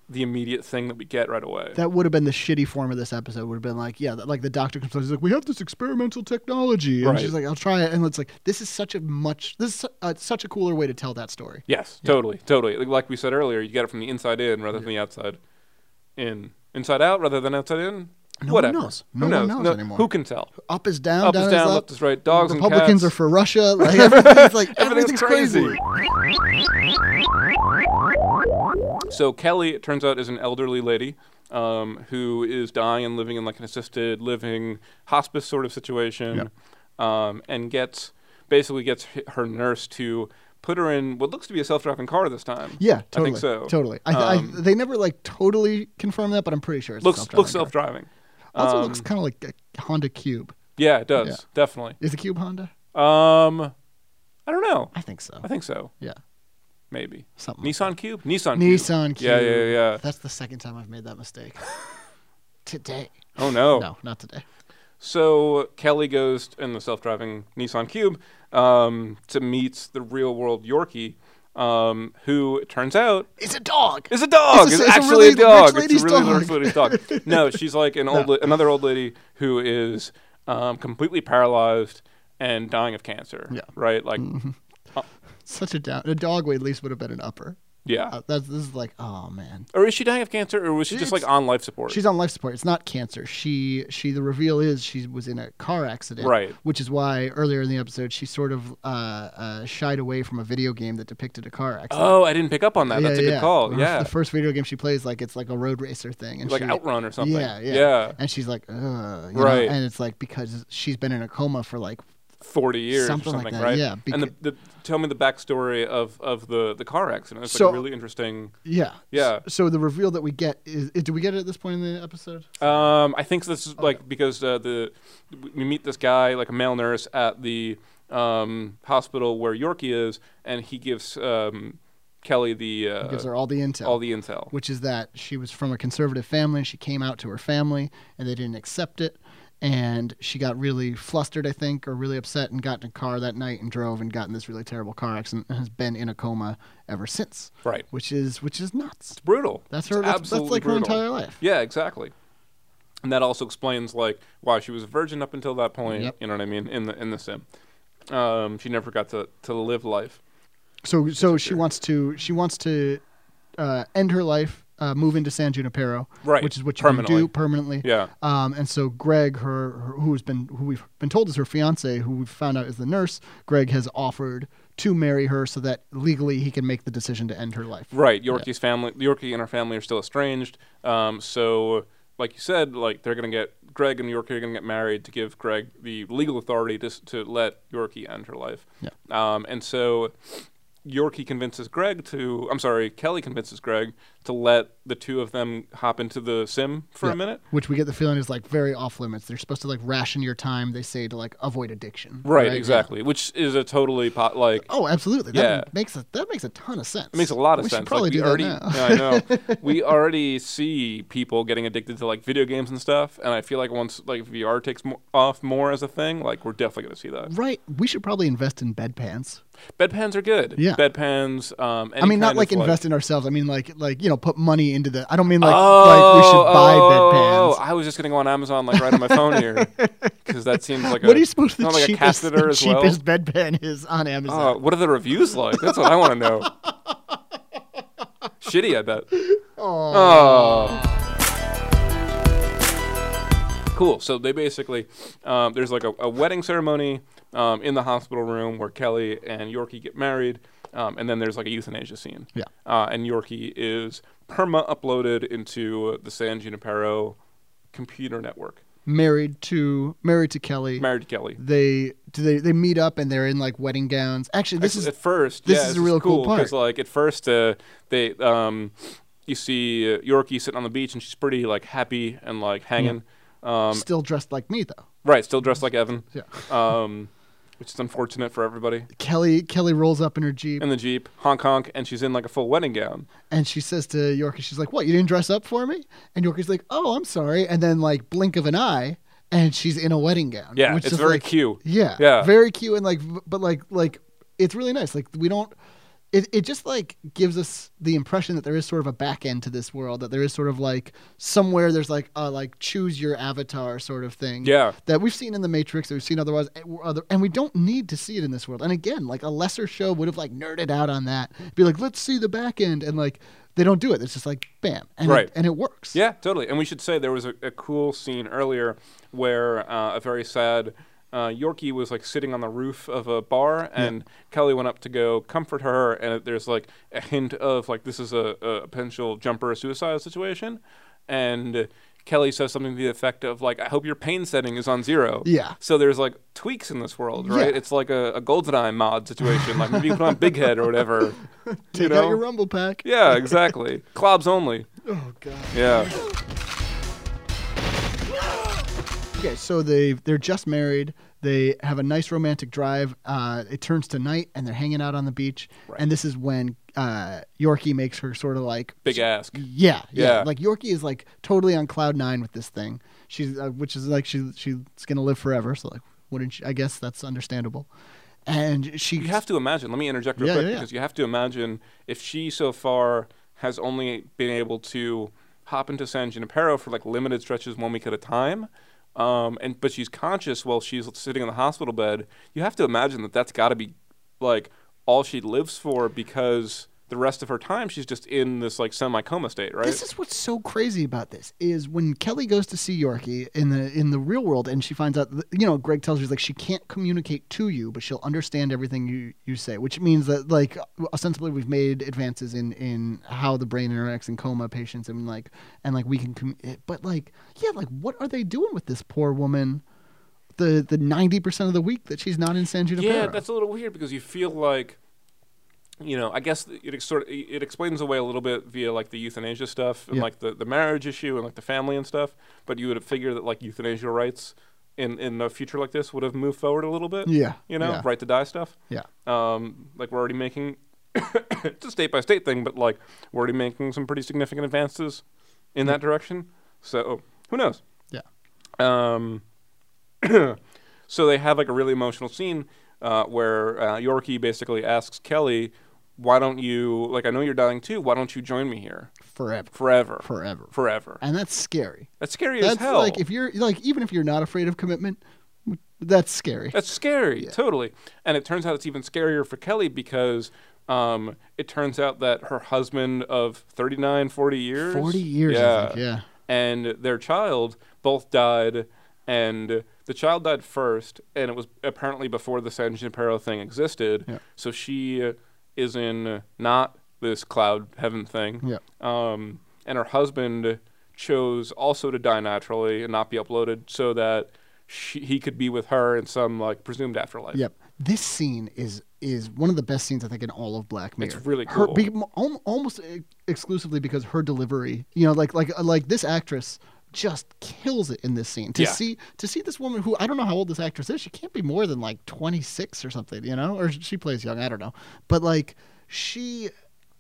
A: the immediate thing that we get right away.
B: that would have been the shitty form of this episode. Would have been like, yeah, like the doctor comes up, he's like, we have this experimental technology, and
A: Right.
B: she's like, I'll try it, and it's like, this is such a much, this is su- uh, such a cooler way to tell that story.
A: Yes, totally, totally. Like- Like we said earlier, you get it from the inside in rather than the outside in. Inside out rather than outside in.
B: No one
A: Whatever.
B: knows.
A: Who
B: No one
A: knows?
B: knows anymore.
A: Who can tell?
B: Up is down,
A: Up
B: down
A: is down, left is right. Dogs and
B: Republicans
A: cats.
B: are for Russia. Like everything's like
A: Everything's
B: everything's, crazy.
A: So Kelly, it turns out, is an elderly lady um, who is dying and living in like an assisted living hospice sort of situation, um, and gets basically gets h- her nurse to put her in what looks to be a self-driving car this time.
B: Yeah, totally.
A: I think so.
B: Totally. I, I,
A: Um,
B: they never like totally confirm that, but I'm pretty sure it's a
A: looks
B: self-driving
A: looks
B: car.
A: self-driving.
B: Also
A: Um,
B: looks kind of like a Honda Cube.
A: Yeah, it does
B: Yeah.
A: definitely.
B: Is the Cube Honda?
A: Um, I don't know.
B: I think so.
A: I think so.
B: Yeah,
A: Maybe
B: something. like
A: Nissan Cube. Nissan.
B: Nissan
A: Cube. Yeah, yeah, yeah.
B: That's the second time I've made that mistake. today.
A: Oh no.
B: No, not today.
A: So Kelly goes in the self-driving Nissan Cube um, to meet the real-world Yorkie, um, who it turns out
B: It's a dog.
A: is a dog.
B: It's a-
A: Is
B: it's a
A: actually
B: really
A: a dog. It's
B: rich
A: a
B: lady's
A: really
B: dog.
A: rich lady's dog. No, she's like an old, la- another old lady who is um, completely paralyzed and dying of cancer.
B: Yeah. Mm-hmm.
A: Right. Like,
B: Such a down. A dog would at least would have been an upper.
A: yeah.
B: Uh, that's this is like oh man.
A: or is she dying of cancer, or was she just
B: It's-
A: like on life support?
B: She's on life support. It's not cancer. She she the reveal is she was in a car accident.
A: Right.
B: Which is why earlier in the episode she sort of uh, uh, shied away from a video game that depicted a car accident.
A: oh, I didn't pick up on that. That's a good call.
B: Her-
A: Yeah.
B: The first video game she plays like it's like a road racer thing and
A: like
B: she,
A: Outrun or something.
B: Yeah, yeah.
A: Yeah.
B: And she's like, Ugh, you
A: Right.
B: Know? And it's like because she's been in a coma for like
A: 40 years
B: Something
A: or
B: like
A: something,
B: that,
A: right?
B: yeah,
A: and
B: becau-
A: the, the, tell me the backstory of, of the, the car accident. It's
B: So-
A: like a really interesting.
B: yeah
A: Yeah.
B: S- So the reveal that we get is do we get it at this point in the episode?
A: Um, I think this is like because uh, the we meet this guy like a male nurse at the um, hospital where Yorkie is, and he gives um, Kelly the uh,
B: It gives her all the intel.
A: all the intel.
B: which is that she was from a conservative family. She came out to her family, and they didn't accept it. And she got really flustered, I think, or really upset, and got in a car that night and drove and got in this really terrible car accident and has been in a coma ever since.
A: Right.
B: Which is which is nuts.
A: brutal.
B: That's
A: It's
B: her. That's, that's
A: absolutely
B: like
A: brutal.
B: her entire life.
A: Yeah, exactly. And that also explains like why she was a virgin up until that point.
B: Yep.
A: You know what I mean? In the in the sim, um, she never got to to live life.
B: So so she
A: sure.
B: wants to she wants to uh, end her life, uh, move into San Junipero,
A: Right.
B: Which is what you can
A: Permanently.
B: do permanently.
A: Yeah.
B: Um, and so Greg, her, her who's been who we've been told is her fiance, who we've found out is the nurse. Greg has offered to marry her so that legally he can make the decision to end her life.
A: Right. Yorkie's family, Yorkie and her family are still estranged. Um, so, like you said, like they're gonna get Greg and Yorkie are gonna get married to give Greg the legal authority to s- to let Yorkie end her life.
B: Yeah.
A: Um, and so, Yorkie convinces Greg to. I'm sorry, Kelly convinces Greg to let the two of them hop into the sim for
B: Yeah.
A: a minute.
B: Which we get the feeling is like very off limits. They're supposed to like ration your time. They say to like avoid addiction.
A: Right.
B: Yeah.
A: Exactly. Which is a totally pot like.
B: Oh, absolutely. That
A: Yeah.
B: makes a that makes a ton of sense.
A: It makes a lot of
B: we
A: sense.
B: Should probably
A: like, we
B: do
A: already,
B: that now.
A: Yeah, I know. we already see people getting addicted to like video games and stuff, and I feel like once like VR takes mo- off more as a thing, like we're definitely going to see that.
B: Right. We should probably invest in bedpans.
A: Bedpans are good.
B: Yeah.
A: Bedpans. Um, any
B: I mean, not
A: kind
B: like
A: of,
B: invest in ourselves. I mean, like, like you know, put money into the. I don't mean like,
A: oh,
B: like we should buy
A: oh,
B: bedpans.
A: I was just going to go on Amazon like right on my phone here because that seems like a
B: what do you suppose the
A: not oh, like
B: cheapest,
A: a catheter
B: the
A: as
B: cheapest
A: well.
B: bedpan is on
A: Oh,
B: Amazon?
A: what are the reviews like? That's what I want to know. Shitty, I bet. Oh. Cool. So they basically, um, there's like a, a wedding ceremony um, in the hospital room where Kelly and Yorkie get married, um, and then there's like a euthanasia scene.
B: Yeah.
A: Uh, and Yorkie is perma uploaded into the San Junipero computer network.
B: Married to married to Kelly.
A: Married to Kelly.
B: They do they they meet up and they're in like wedding gowns. Actually, this
A: Actually,
B: is
A: at first.
B: this
A: yeah,
B: is a real cool
A: because
B: part.
A: like at first uh, they um, you see uh, Yorkie sitting on the beach and she's pretty like happy and like hanging. Um,
B: still dressed like me though.
A: right, still dressed like Evan.
B: Yeah.
A: Um, which is unfortunate for everybody.
B: Kelly Kelly rolls up in her jeep
A: In the jeep, honk honk, and she's in like a full wedding gown.
B: and she says to Yorkie, she's like, "What? You didn't dress up for me?" And Yorkie's like, "Oh, I'm sorry." And then like blink of an eye, and she's in a wedding gown.
A: Yeah,
B: which
A: it's
B: is
A: very
B: like,
A: cute.
B: Yeah,
A: Yeah.
B: very cute and like, v- but like, like it's really nice. Like we don't. It, it just like gives us the impression that there is sort of a back end to this world that there is sort of like somewhere there's like a like choose your avatar sort of thing
A: Yeah.
B: that we've seen in the Matrix that we've seen otherwise and we're other and we don't need to see it in this world and again like a lesser show would have like nerded out on that be like let's see the back end and like they don't do it it's just like bam and
A: Right.
B: it, and it works
A: Yeah, totally. And we should say there was a, a cool scene earlier where uh, a very sad uh, Yorkie was like sitting on the roof of a bar, and Kelly went up to go comfort her, and it- there's like a hint of like this is a, a potential jumper suicide situation, and. Kelly says something to the effect of like, "I hope your pain setting is on zero.
B: Yeah.
A: So there's like tweaks in this world, right?
B: Yeah.
A: It's like a, a Goldeneye mod situation. Like maybe you put on Big Head or whatever.
B: take
A: you
B: out
A: know?
B: your rumble pack
A: yeah, exactly. Clobs only.
B: oh god
A: Yeah.
B: Okay, so they they're just married. They have a nice romantic drive. Uh, it turns to night, and they're hanging out on the beach.
A: Right.
B: And this is when uh, Yorkie makes her sort of like
A: Big ask.
B: yeah, yeah,
A: Yeah.
B: Like Yorkie is like totally on cloud nine with this thing. She's uh, which is like she she's gonna live forever. So like, wouldn't she, I guess that's understandable. And she
A: You have to imagine. Let me interject real
B: Yeah,
A: quick
B: yeah, yeah.
A: because you have to imagine if she so far has only been able to hop into San Junipero for like limited stretches, one week at a time. Um, and but she's conscious while she's sitting in the hospital bed. You have to imagine that that's got to be like all she lives for because the rest of her time she's just in this like semi coma state, right?
B: This is what's so crazy about this is when Kelly goes to see Yorkie in the in the real world and she finds out that, you know Greg tells her he's like she can't communicate to you but she'll understand everything you you say which means that like ostensibly we've made advances in in how the brain interacts in coma patients and like and like we can com- but like yeah like what are they doing with this poor woman the the 90% of the week that she's not in San Junipero
A: Yeah, that's a little weird because you feel like, you know, I guess th- it ex- sort of, it explains away a little bit via like the euthanasia stuff and
B: Yeah.
A: like the, the marriage issue and like the family and stuff. But you would figure that like euthanasia rights in in a future like this would have moved forward a little bit.
B: Yeah,
A: you know,
B: yeah.
A: right to die stuff.
B: yeah
A: Um, like we're already making it's a state by state thing, but like we're already making some pretty significant advances in that direction. So who knows?
B: Mm-hmm. yeah
A: Um, so they have like a really emotional scene uh, where uh, Yorkie basically asks Kelly, "Why don't you like? I know you're dying too. Why don't you join me here
B: forever
A: forever,
B: forever
A: forever?"
B: and that's scary
A: That's scary as
B: That's
A: hell.
B: like if you're like even if you're not afraid of commitment, that's scary.
A: That's scary, totally. And it turns out it's even scarier for Kelly because um, it turns out that her husband of 39, 40 years,
B: Forty years, I think. yeah.
A: and their child both died, and the child died first, and it was apparently before the San Junipero thing existed.
B: Yeah.
A: So she is in not this cloud heaven thing.
B: Yeah.
A: Um, and her husband chose also to die naturally and not be uploaded so that she, he could be with her in some like presumed afterlife.
B: Yep. This scene is is one of the best scenes I think in all of Black Mirror.
A: It's really
B: Her-
A: cool.
B: be- al- almost e- exclusively because her delivery, you know, like like like this actress just kills it in this scene. To
A: Yeah.
B: see to see this woman who I don't know how old this actress is. She can't be more than like 26 or something, you know, or she plays young, I don't know. But like she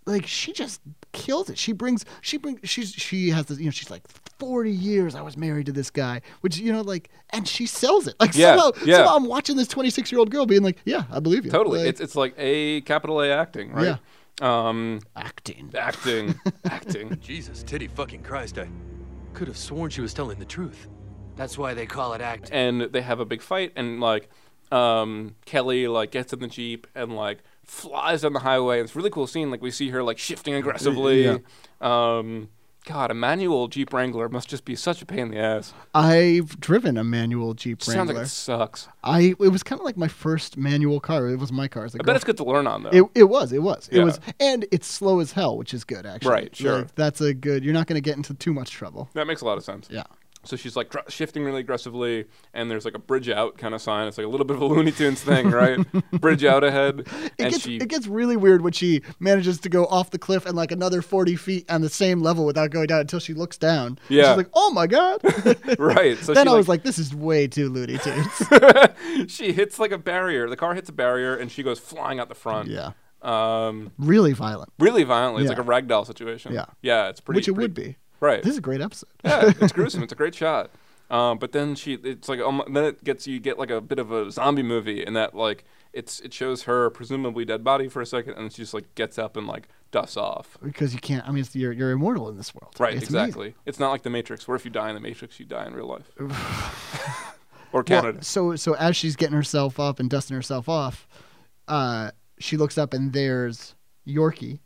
B: like she just kills it. She brings she brings she's she has this, you know, she's like 40 years I was married to this guy, which you know like and she sells it. Like
A: Yeah,
B: somehow,
A: yeah.
B: somehow I'm watching this 26 year old girl being like, "Yeah, I believe you."
A: Totally.
B: Like,
A: it's, it's like A capital A acting, right? Yeah. Um,
B: acting.
A: acting, acting.
D: Jesus, titty fucking Christ, I could have sworn she was telling the truth.
E: That's why they call it acting.
A: and they have a big fight and like um kelly like gets in the jeep and like flies down the highway it's a really cool scene like we see her like shifting aggressively
B: Yeah.
A: um god a manual jeep wrangler must just be such a pain in the ass
B: I've driven a manual Jeep
A: sounds
B: Wrangler.
A: like it sucks
B: I it was kind of like my first manual car. It was my car. It was a
A: i bet it's good to learn on though
B: It, it was it was it
A: Yeah.
B: was and it's slow as hell, which is good actually.
A: Right, sure.
B: Like, that's a good. You're not going to get into too much trouble.
A: that makes a lot of sense
B: Yeah.
A: so she's like dr- shifting really aggressively and there's like a bridge out kind of sign it's like a little bit of a looney tunes thing right bridge out ahead
B: It
A: and
B: gets,
A: she
B: it gets really weird when she manages to go off the cliff and like another 40 feet on the same level without going down until she looks down. And
A: Yeah.
B: She's like, oh my God.
A: right so
B: then
A: she
B: I was like, this is way too Looney Tunes.
A: she hits like a barrier the car hits a barrier and she goes flying out the front
B: yeah.
A: um
B: Really violent,
A: really violently. It's
B: Yeah.
A: like a ragdoll situation.
B: Yeah.
A: Yeah, it's pretty.
B: which it
A: pretty-
B: would be.
A: Right.
B: This is a great episode.
A: yeah, it's gruesome. It's a great shot. Um, but then she, it's like, um, then it gets you get like a bit of a zombie movie, in that like it's it shows her presumably dead body for a second, and she just like gets up and like dusts off.
B: Because you can't, I mean, it's, you're, you're immortal in this world.
A: Right,
B: It's amazing.
A: exactly. It's not like The Matrix, where if you die in The Matrix, you die in real life. or Canada.
B: Well, so so as she's getting herself up and dusting herself off, uh, she looks up and there's Yorkie,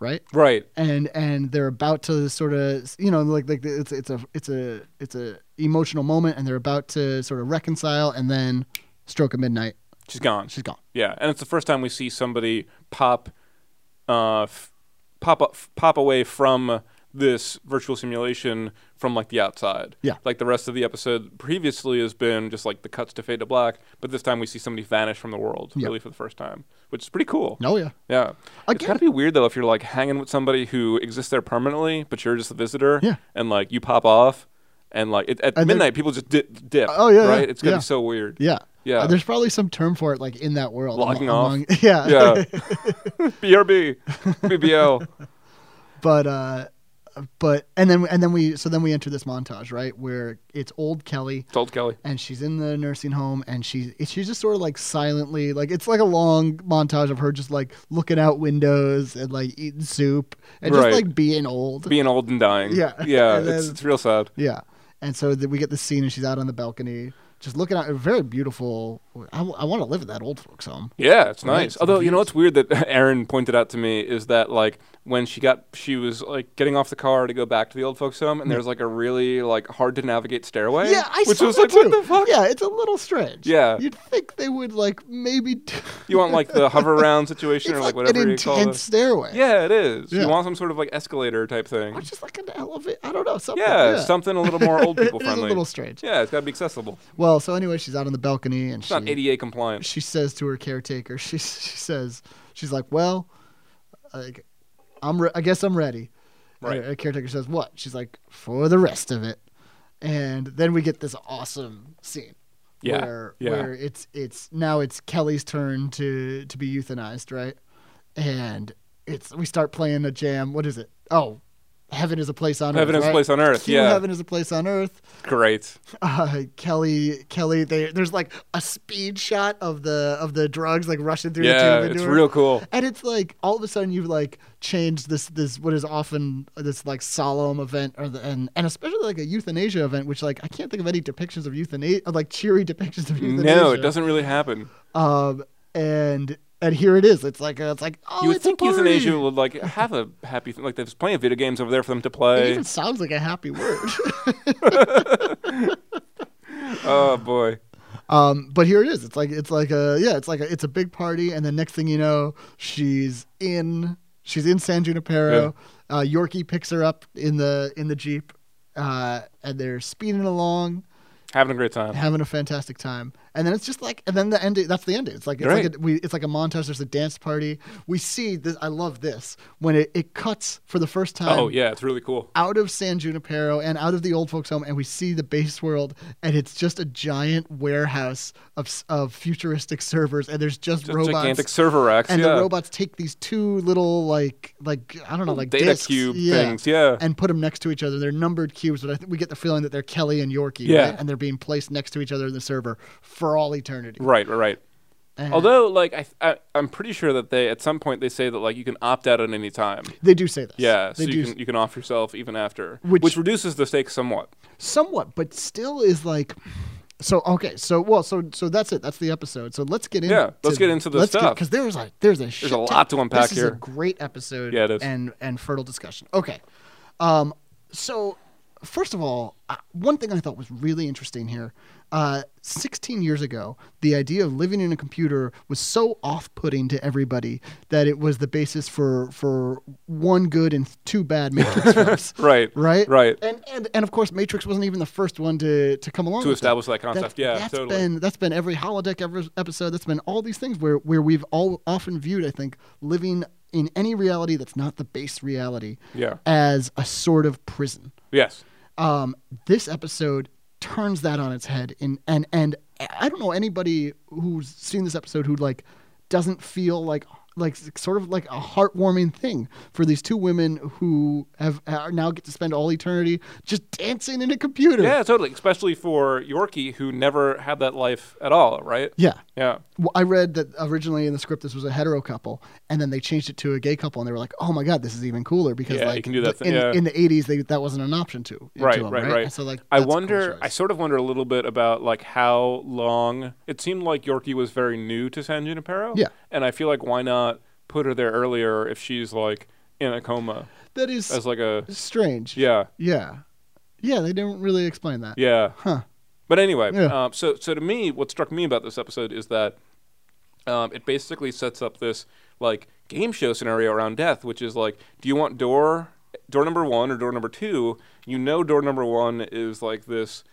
B: right?
A: Right.
B: And and they're about to sort of you know like like it's it's a it's a it's a emotional moment and they're about to sort of reconcile and then stroke of midnight
A: She's gone.
B: she's gone.
A: Yeah, and it's the first time we see somebody pop, uh, f- pop up, f- pop away from this virtual simulation from like the outside.
B: Yeah.
A: like the rest of the episode previously has been just like the cuts to fade to black, but this time we see somebody vanish from the world,
B: Yeah.
A: really for the first time, which is pretty cool.
B: Oh yeah.
A: Yeah, it's
B: Again-
A: gotta be weird though if you're like hanging with somebody who exists there permanently, but you're just a visitor.
B: Yeah.
A: and like you pop off, and like it, at
B: And they're-
A: midnight people just di- dip.
B: Oh, yeah, yeah,
A: right. It's gonna
B: yeah.
A: be so weird.
B: Yeah.
A: Yeah.
B: Uh, there's probably some term for it like in that world.
A: Logging
B: amo-
A: off.
B: yeah.
A: Yeah. BRB, BBL.
B: but uh but and then and then we so then we enter this montage, right? Where it's old Kelly
A: Told Kelly.
B: and she's in the nursing home and she's she's just sort of like silently like it's like a long montage of her just like looking out windows and like eating soup and
A: Right.
B: just like being old.
A: Being old and dying.
B: Yeah.
A: Yeah.
B: And
A: it's,
B: then-
A: it's real sad.
B: Yeah. And so that we get this scene and she's out on the balcony just looking out. Very beautiful. I, want to live at that old folks home.
A: Yeah, it's
B: Right,
A: nice.
B: it's
A: Although you know what's weird that Aaron pointed out to me is that like when she got she was like getting off the car to go back to the old folks home and there's like a really like hard to navigate stairway.
B: Yeah, I
A: which
B: saw
A: was
B: that
A: like
B: too.
A: what the fuck?
B: Yeah, it's a little strange.
A: Yeah.
B: you'd think they would like maybe. Do,
A: You want like the hover around situation
B: it's
A: or
B: like
A: like
B: an
A: whatever you
B: intense
A: call it.
B: stairway.
A: Yeah, it is.
B: Yeah.
A: You want some sort of like escalator type thing.
B: or just like an elevator. I don't know something.
A: yeah, something a little more old people
B: It is a
A: friendly.
B: little strange.
A: Yeah, it's got to be accessible.
B: Well, so anyway, she's out on the balcony and
A: It's not
B: she
A: ADA compliant.
B: she says to her caretaker, she she says, she's like, well, like, I'm re- I guess I'm ready. And
A: Right.
B: her caretaker says, what? She's like, for the rest of it. And then we get this awesome scene.
A: Yeah,
B: Where,
A: yeah.
B: where it's it's now it's Kelly's turn to to be euthanized, right? And it's we start playing a jam. What is it? Oh, heaven is a place on
A: Heaven
B: earth.
A: is a
B: right?
A: place on earth,
B: Cue
A: yeah.
B: heaven is a place on earth
A: Great.
B: uh, Kelly Kelly they, there's like a speed shot of the of the drugs like rushing through the
A: Yeah,
B: tube into
A: it's
B: her.
A: real cool.
B: and it's like all of a sudden you've like changed this this what is often this like solemn event or the, and and especially like a euthanasia event which like I can't think of any depictions of euthanasia of like cheery depictions of euthanasia
A: No, it doesn't really happen.
B: um and and here it is it's like uh, it's like oh
A: you would
B: it's a
A: think euthanasia
B: party.
A: would like have a happy thing. Like there's plenty of video games over there for them to play.
B: it even sounds like a happy word
A: Oh boy.
B: Um, but here it is. It's like it's like a yeah. It's like a, it's a big party, and the next thing you know, she's in she's in San Junipero. Uh, Yorkie picks her up in the in the jeep, uh, and they're speeding along,
A: Having a great time.
B: having a fantastic time. And then it's just like, and then the end. That's the ending. It's like it's like
A: Right.
B: a, we, it's like a montage. There's a dance party. We see this. I love this when it, it cuts for the first time.
A: Oh yeah, it's really cool.
B: Out of San Junipero and out of the old folks' home, and we see the base world, and it's just a giant warehouse of s- of futuristic servers, and there's just,
A: Just
B: robots.
A: gigantic server racks.
B: and
A: yeah.
B: the robots take these two little like like I don't know like
A: data
B: discs,
A: cube things, yeah.
B: and put them next to each other. They're numbered cubes, but I think we get the feeling that they're Kelly and Yorkie,
A: Yeah.
B: right? and they're being placed next to each other in the server for all eternity.
A: Right, right, right.
B: And
A: Although, like, I, I, I'm pretty sure that they at some point they say that like you can opt out at any time.
B: they do say this,
A: Yeah, so
B: they
A: you
B: do
A: can you can off yourself even after,
B: Which-
A: which, reduces the stakes somewhat.
B: somewhat, but still is like. So okay, so well, so so that's it. That's the episode. So let's get into
A: Yeah, let's get into the stuff.
B: because there's like there's a shit
A: a lot
B: ton-
A: to unpack
B: this Is a
A: here.
B: great episode.
A: Yeah, it is.
B: and and fertile discussion. Okay, um, so first of all, uh, one thing I thought was really interesting here. Uh, 16 years ago, the idea of living in a computer was so off-putting to everybody that it was the basis for for one good and two bad Matrix films
A: Right,
B: right?
A: right.
B: And and and of course, Matrix wasn't even the first one to to come along
A: To
B: with
A: establish that
B: That's-
A: concept, yeah,
B: that's
A: totally.
B: been that's been every holodeck ever, episode. That's been all these things where where we've all often viewed, I think, living in any reality that's not the base reality,
A: Yeah.
B: as a sort of prison.
A: Yes,
B: Um, this episode turns that on its head, in, and and I don't know anybody who's seen this episode who like doesn't feel like like sort of like a heartwarming thing for these two women who have are now get to spend all eternity just dancing in a computer.
A: yeah, totally. Especially for Yorkie, who never had that life at all, right?
B: Yeah.
A: yeah.
B: Well, I read that originally in the script this was a hetero couple, and then they changed it to a gay couple, and they were like, "Oh my god, this is even cooler!" Because
A: Yeah, you
B: like
A: can do that
B: the-
A: thing,
B: in,
A: yeah.
B: in the '80s, they, that wasn't an option to to
A: right,
B: them,
A: right, right,
B: So like,
A: I
B: that's a cool
A: wonder. I
B: choice.
A: sort of wonder a little bit about like how long it seemed like Yorkie was very new to San Junipero.
B: Yeah.
A: and I feel like why not put her there earlier if she's like in a coma
B: that is
A: as like a
B: strange.
A: yeah
B: Yeah. Yeah, they didn't really explain that.
A: yeah.
B: Huh.
A: But anyway,
B: Yeah.
A: um, so so to me, what struck me about this episode is that um, it basically sets up this like game show scenario around death, which is like, do you want door door number one or door number two? You know, door number one is like this.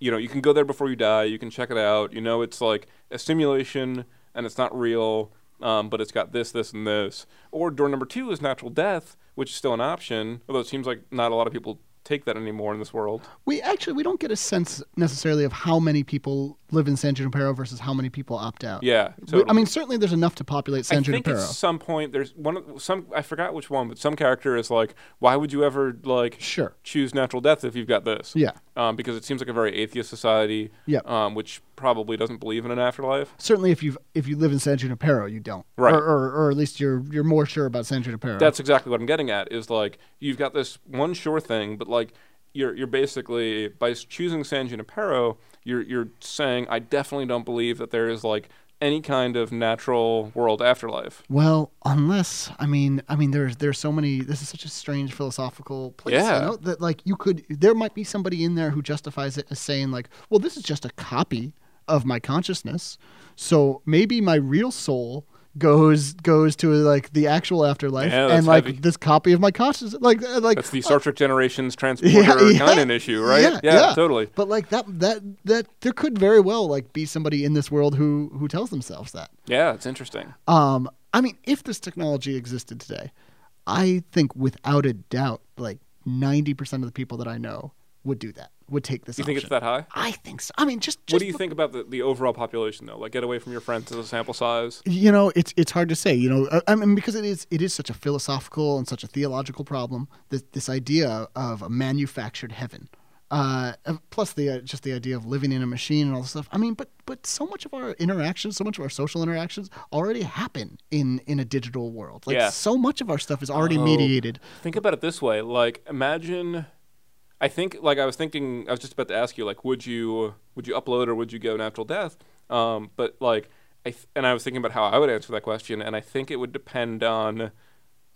A: You know, you can go there before you die. You can check it out. You know, it's like a simulation and it's not real, um, but it's got this, this, and this. Or door number two is natural death, which is still an option, although it seems like not a lot of people take that anymore in this world.
B: We actually we don't get a sense necessarily of how many people live in San Junipero versus how many people opt out.
A: Yeah,
B: We- I
A: totally.
B: mean, certainly there's enough to populate San
A: I think
B: Junipero.
A: at some point there's one of some I forgot which one, but some character is like, why would you ever like
B: Sure.
A: choose natural death if you've got this?
B: Yeah.
A: um, because it seems like a very atheist society.
B: Yep.
A: um, which probably doesn't believe in an afterlife.
B: Certainly, if you if you live in San Junipero, you don't.
A: Right.
B: Or, or, or at least you're you're more sure about San Junipero.
A: That's exactly what I'm getting at. Is like you've got this one sure thing, but like you're you're basically by s- choosing San Junipero, you're you're saying I definitely don't believe that there is like any kind of natural world afterlife.
B: well, unless I mean I mean there's there's so many. This is such a strange philosophical place.
A: Yeah.
B: You know that like you could there might be somebody in there who justifies it as saying like, well, this is just a copy of my consciousness, so maybe my real soul goes goes to like the actual afterlife
A: Yeah, that's
B: and like
A: heavy.
B: this copy of my consciousness like uh, like
A: That's the Star Trek Generations transporter
B: yeah.
A: Guinan issue, right? totally.
B: But like that, that, that there could very well like be somebody in this world who who tells themselves that.
A: Yeah, it's interesting.
B: Um, I mean, if this technology existed today, I think without a doubt, like ninety percent of the people that I know would do that. Would take this.
A: Do you think it's
B: option.
A: that high?
B: I think so. I mean, just, Oh, just
A: what do you
B: the-
A: think about the, the overall population though? Like get away from your friends as a sample size.
B: you know it's it's hard to say you know uh, I- i mean because it is it is such a philosophical and such a theological problem this this idea of a manufactured heaven uh, plus the uh, just the idea of living in a machine and all this stuff i mean but but so much of our interactions so much of our social interactions already happen in in a digital world like
A: Yeah.
B: so much of our stuff is already
A: Oh.
B: mediated
A: Think about it this way. Like imagine I think like I was thinking I was just about to ask you like would you would you upload or would you go natural death? Um, but like I th- and I was thinking about how I would answer that question and I think it would depend on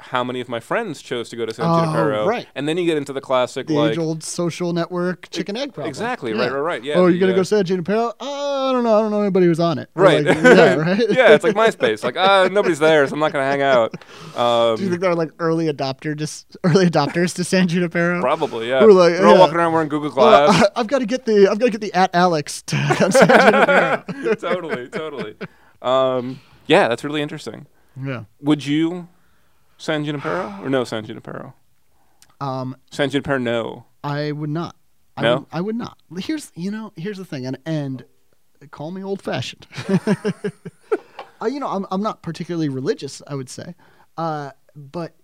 A: how many of my friends chose to go to San
B: Oh,
A: Junipero.
B: right.
A: And then you get into the classic
B: the
A: like E
B: age old social network chicken egg problem
A: exactly, right, right, right, yeah,
B: oh you're
A: the,
B: gonna
A: uh,
B: go San Junipero? oh, i don't know i don't know anybody who's on it Or
A: Right.
B: like, yeah right
A: yeah, it's like MySpace. Like, uh, nobody's there, so I'm not going to hang out. Um,
B: Do you think they're like early adopter just early adopters to San Junipero?
A: Probably, yeah.
B: We're like,
A: They're all
B: yeah.
A: walking around wearing Google
B: Well,
A: Glass.
B: I, have got to get the I've got to get the at Alex to on San Junipero.
A: totally, totally. Um, yeah, that's really interesting.
B: yeah.
A: Would you San Junipero or no San Junipero?
B: Um,
A: San Junipero, no.
B: I would not. I
A: No?
B: Would, I would not. Here's you know here's the thing, and and call me old fashioned. I, you know I'm I'm not particularly religious. I would say, uh, but.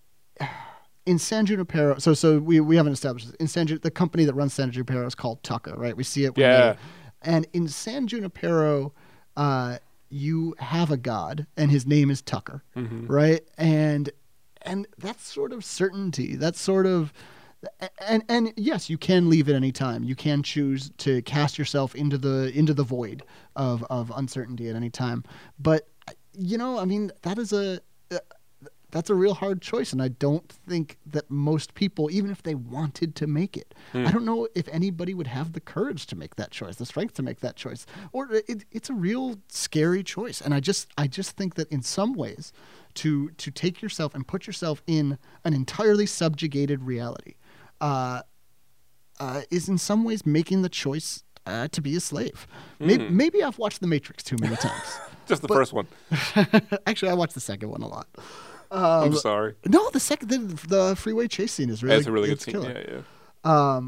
B: In San Junipero, so so we, we haven't established this. In San Ju- the company that runs San Junipero is called Tucca, right? We see it. we know
A: Yeah.
B: it. And in San Junipero, uh, you have a god, and his name is Tucker, right? And and that's sort of certainty. That's sort of and and yes, you can leave at any time. You can choose to cast yourself into the into the void of of uncertainty at any time. But you know, I mean, that is a that's a real hard choice and i don't think that most people even if they wanted to make it i don't know if anybody would have the courage to make that choice the strength to make that choice or it, it's a real scary choice and i just i just think that in some ways to to take yourself and put yourself in an entirely subjugated reality uh, uh, is in some ways making the choice uh, to be a slave maybe, maybe i've watched the matrix too many times
A: Just the first one.
B: actually i watched the second one a lot
A: I'm sorry.
B: no, the second the, the freeway chase scene is um, really
A: That's a really good
B: it's
A: scene.
B: killer.
A: Yeah, yeah.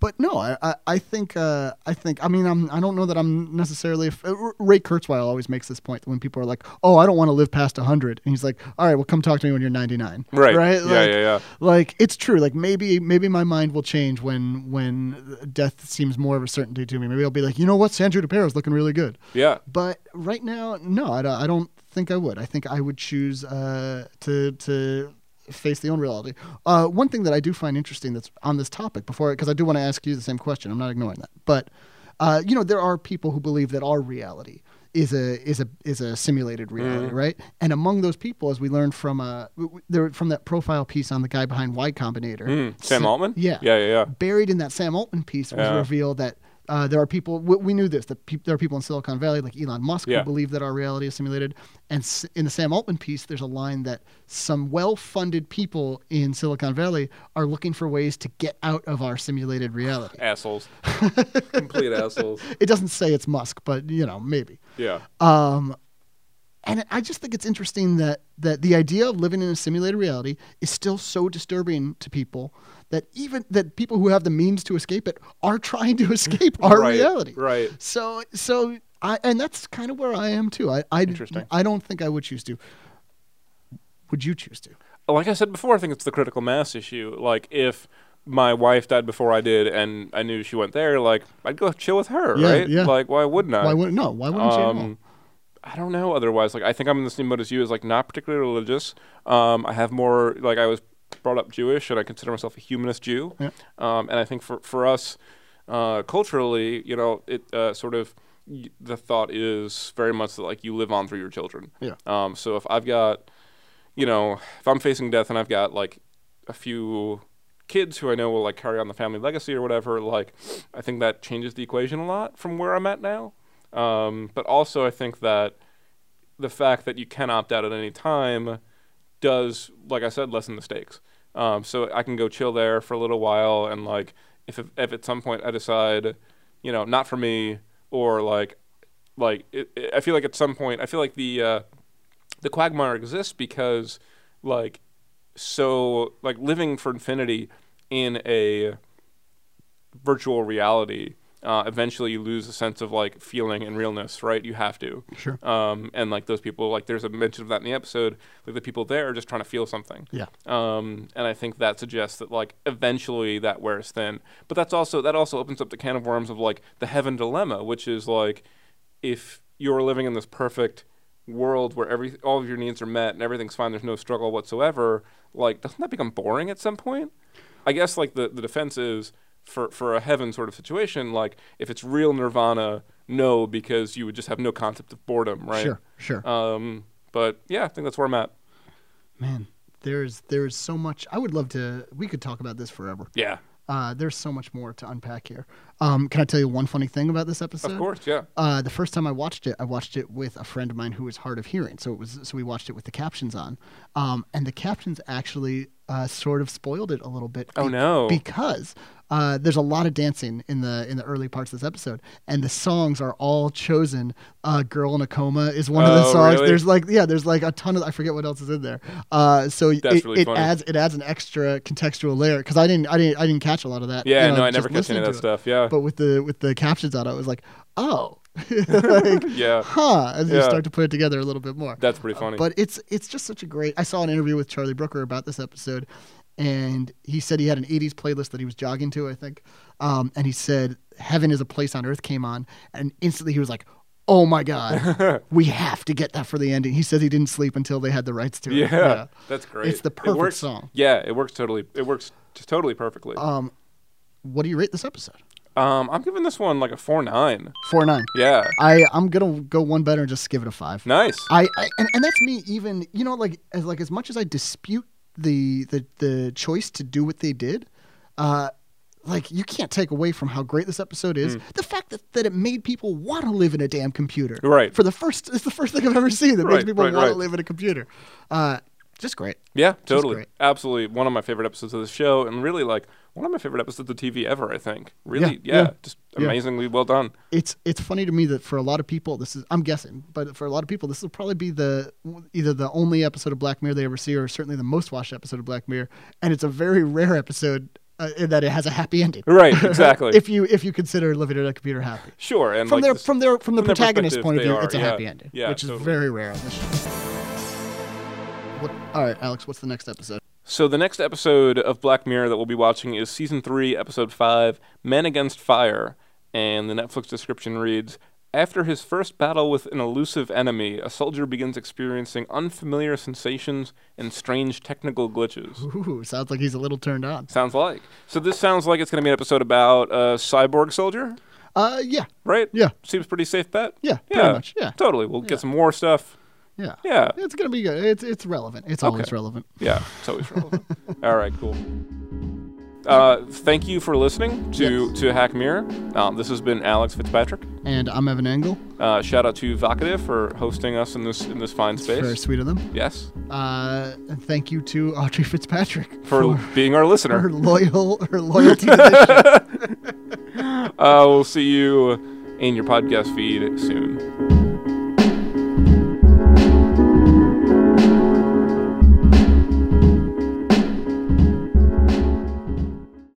B: But no, I I, I think uh, I think I mean I'm I don't know that I'm necessarily f- uh, R- Ray Kurzweil always makes this point when people are like, "Oh, I don't want to live past 100." And he's like, "All right, well come talk to me when you're 99."
A: Right.
B: Right?
A: Yeah,
B: Like-
A: yeah, yeah.
B: Like it's true. Like maybe maybe my mind will change when when death seems more of a certainty to me. Maybe I'll be like, "You know what? San Junipero looking really good."
A: Yeah.
B: But right now, no, I don't, I don't think I would. I think I would choose uh, to to face the own reality. Uh, one thing that I do find interesting that's on this topic before, because I do want to ask you the same question. I'm not ignoring that, but uh, you know, there are people who believe that our reality is a is a is a simulated reality,
A: Mm-hmm.
B: right? And among those people, as we learned from uh, w- w- there from that profile piece on the guy behind Y Combinator,
A: Mm, Sam Altman?
B: yeah,
A: Yeah, yeah, yeah.
B: buried in that Sam Altman piece was
A: Yeah.
B: revealed that uh, there are people. We, we knew this. That peop there are people in Silicon Valley, like Elon Musk,
A: Yeah.
B: who believe that our reality is simulated. And s- in the Sam Altman piece, there's a line that some well-funded people in Silicon Valley are looking for ways to get out of our simulated reality.
A: Assholes. Complete assholes.
B: It doesn't say it's Musk, but you know, maybe.
A: Yeah.
B: Um, And I just think it's interesting that that the idea of living in a simulated reality is still so disturbing to people that even that people who have the means to escape it are trying to escape our
A: Right,
B: reality.
A: right.
B: So so I and that's kind of where I am too. I I,
A: Interesting.
B: I don't think I would choose to. Would you choose to?
A: like I said before, I think it's the critical mass issue. Like if my wife died before I did, and I knew she went there, like I'd go chill with her,
B: Yeah,
A: right?
B: yeah.
A: Like why wouldn't I?
B: Why wouldn't no? Why wouldn't you? at all?
A: Uh, Um, I don't know. Otherwise, like I think I'm in the same mode as you. Is like not particularly religious. Um, I have more like I was brought up Jewish, and I consider myself a humanist Jew.
B: Yeah.
A: Um, and I think for for us, uh, culturally, you know, it uh, sort of y- the thought is very much that like you live on through your children.
B: Yeah.
A: Um, so if I've got, you know, if I'm facing death and I've got like a few kids who I know will like carry on the family legacy or whatever, like I think that changes the equation a lot from where I'm at now. Um, but also, I think that the fact that you can opt out at any time does, like I said, lessen the stakes. Um, so I can go chill there for a little while, and like if if at some point I decide, you know, not for me, or like like it, it- I feel like at some point I feel like the uh, the quagmire exists because like so like living for infinity in a virtual reality uh, eventually you lose a sense of like feeling and realness right you have to
B: Sure.
A: um, and like those people like there's a mention of that in the episode like the people there are just trying to feel something
B: Yeah.
A: um, and I think that suggests that like eventually that wears thin. But that's also that also opens up the can of worms of like the heaven dilemma, which is like if you're living in this perfect world where every all of your needs are met and everything's fine, there's no struggle whatsoever. Like doesn't that become boring at some point? I guess like the the defense is for for a heaven sort of situation. Like if it's real nirvana, no, because you would just have no concept of boredom, right?
B: Sure. Sure.
A: Um, but yeah, I think that's where I'm at.
B: Man, there's there's so much. I would love to. We could talk about this forever.
A: Yeah,
B: Uh, there's so much more to unpack here. Um, can I tell you one funny thing about this episode?
A: of course, yeah.
B: Uh, the first time I watched it, I watched it with a friend of mine who was hard of hearing. So it was so we watched it with the captions on, um, and the captions actually uh, sort of spoiled it a little bit.
A: Oh, no.
B: Because uh, there's a lot of dancing in the in the early parts of this episode, and the songs are all chosen. Uh, "Girl in a Coma" is one of the
A: Oh,
B: songs.
A: really?
B: There's like yeah, there's like a ton of I forget what else is in there. Uh, so
A: That's
B: it,
A: really
B: it
A: funny.
B: adds it adds an extra contextual layer because I didn't I didn't I didn't catch a lot of that.
A: Yeah,
B: you know,
A: no, I
B: just
A: never catch any
B: listening
A: of that
B: to it
A: stuff. Yeah,
B: but with the with the captions on, I was like, oh, like,
A: yeah,
B: huh, as you
A: Yeah.
B: start to put it together a little bit more.
A: that's pretty funny.
B: But it's it's just such a great. I saw an interview with Charlie Brooker about this episode, and he said he had an '80s playlist that he was jogging to, I think, um, and he said "Heaven Is a Place on Earth" came on, and instantly he was like. Oh my God! we have to get that for the ending. He says he didn't sleep until they had the rights to it.
A: yeah, that's great.
B: It's the
A: It
B: perfect
A: works-
B: song.
A: Yeah, it works totally. It works t- totally perfectly.
B: Um, what do you rate this episode?
A: um, I'm giving this one like a four nine.
B: Four nine.
A: Yeah,
B: I I'm gonna go one better and just give it a five.
A: nice.
B: I, I and, and that's me even you know like as like as much as I dispute the the the choice to do what they did, uh, like you can't take away from how great this episode
A: Mm.
B: is. The fact that, that it made people want to live in a damn computer,
A: Right.
B: For the first, it's the first thing I've ever seen that makes
A: Right,
B: people
A: right,
B: want to
A: right.
B: live in a computer. Uh, just great.
A: yeah, totally,
B: great.
A: absolutely. One of my favorite episodes of the show, and really like one of my favorite episodes of TV ever. I think. Really,
B: yeah,
A: yeah, just
B: yeah.
A: amazingly well done.
B: It's it's funny to me that for a lot of people, this is I'm guessing, but for a lot of people, this will probably be the either the only episode of Black Mirror they ever see, or certainly the most watched episode of Black Mirror, and it's a very rare episode uh, in that it has a happy ending.
A: Right, exactly.
B: if you if you consider living in a computer happy.
A: sure, and
B: From
A: like
B: their
A: this-
B: from their from the
A: from their
B: protagonist's
A: perspective,
B: point of
A: they
B: view,
A: are,
B: it's a
A: yeah.
B: happy ending,
A: Yeah,
B: which is
A: totally.
B: very rare on this show. What, all right, Alex, what's the next episode?
A: So the next episode of Black Mirror that we'll be watching is season 3, episode 5, Men Against Fire, and the Netflix description reads after his first battle with an elusive enemy, a soldier begins experiencing unfamiliar sensations and strange technical glitches.
B: Ooh, sounds like he's a little turned on.
A: Sounds like. So this sounds like it's going to be an episode about a cyborg soldier,
B: Uh, yeah,
A: right?
B: Yeah.
A: Seems pretty safe bet.
B: Yeah, pretty much, yeah.
A: Totally. We'll get some war stuff.
B: yeah,
A: Yeah.
B: It's gonna be good. It's it's relevant. It's always relevant.
A: Yeah, it's always relevant. All right, cool. Uh, thank you for listening to
B: Yes.
A: to Hack Mirror. Um, this has been Alex Fitzpatrick.
B: And I'm Evan Engel.
A: Uh, shout out to Vocative for hosting us in this in this fine space.
B: Very sweet of them.
A: Yes,
B: Uh, and thank you to Audrey Fitzpatrick
A: for being our
B: her
A: listener.
B: loyal her loyalty to this show.
A: Uh, we'll see you in your podcast feed soon.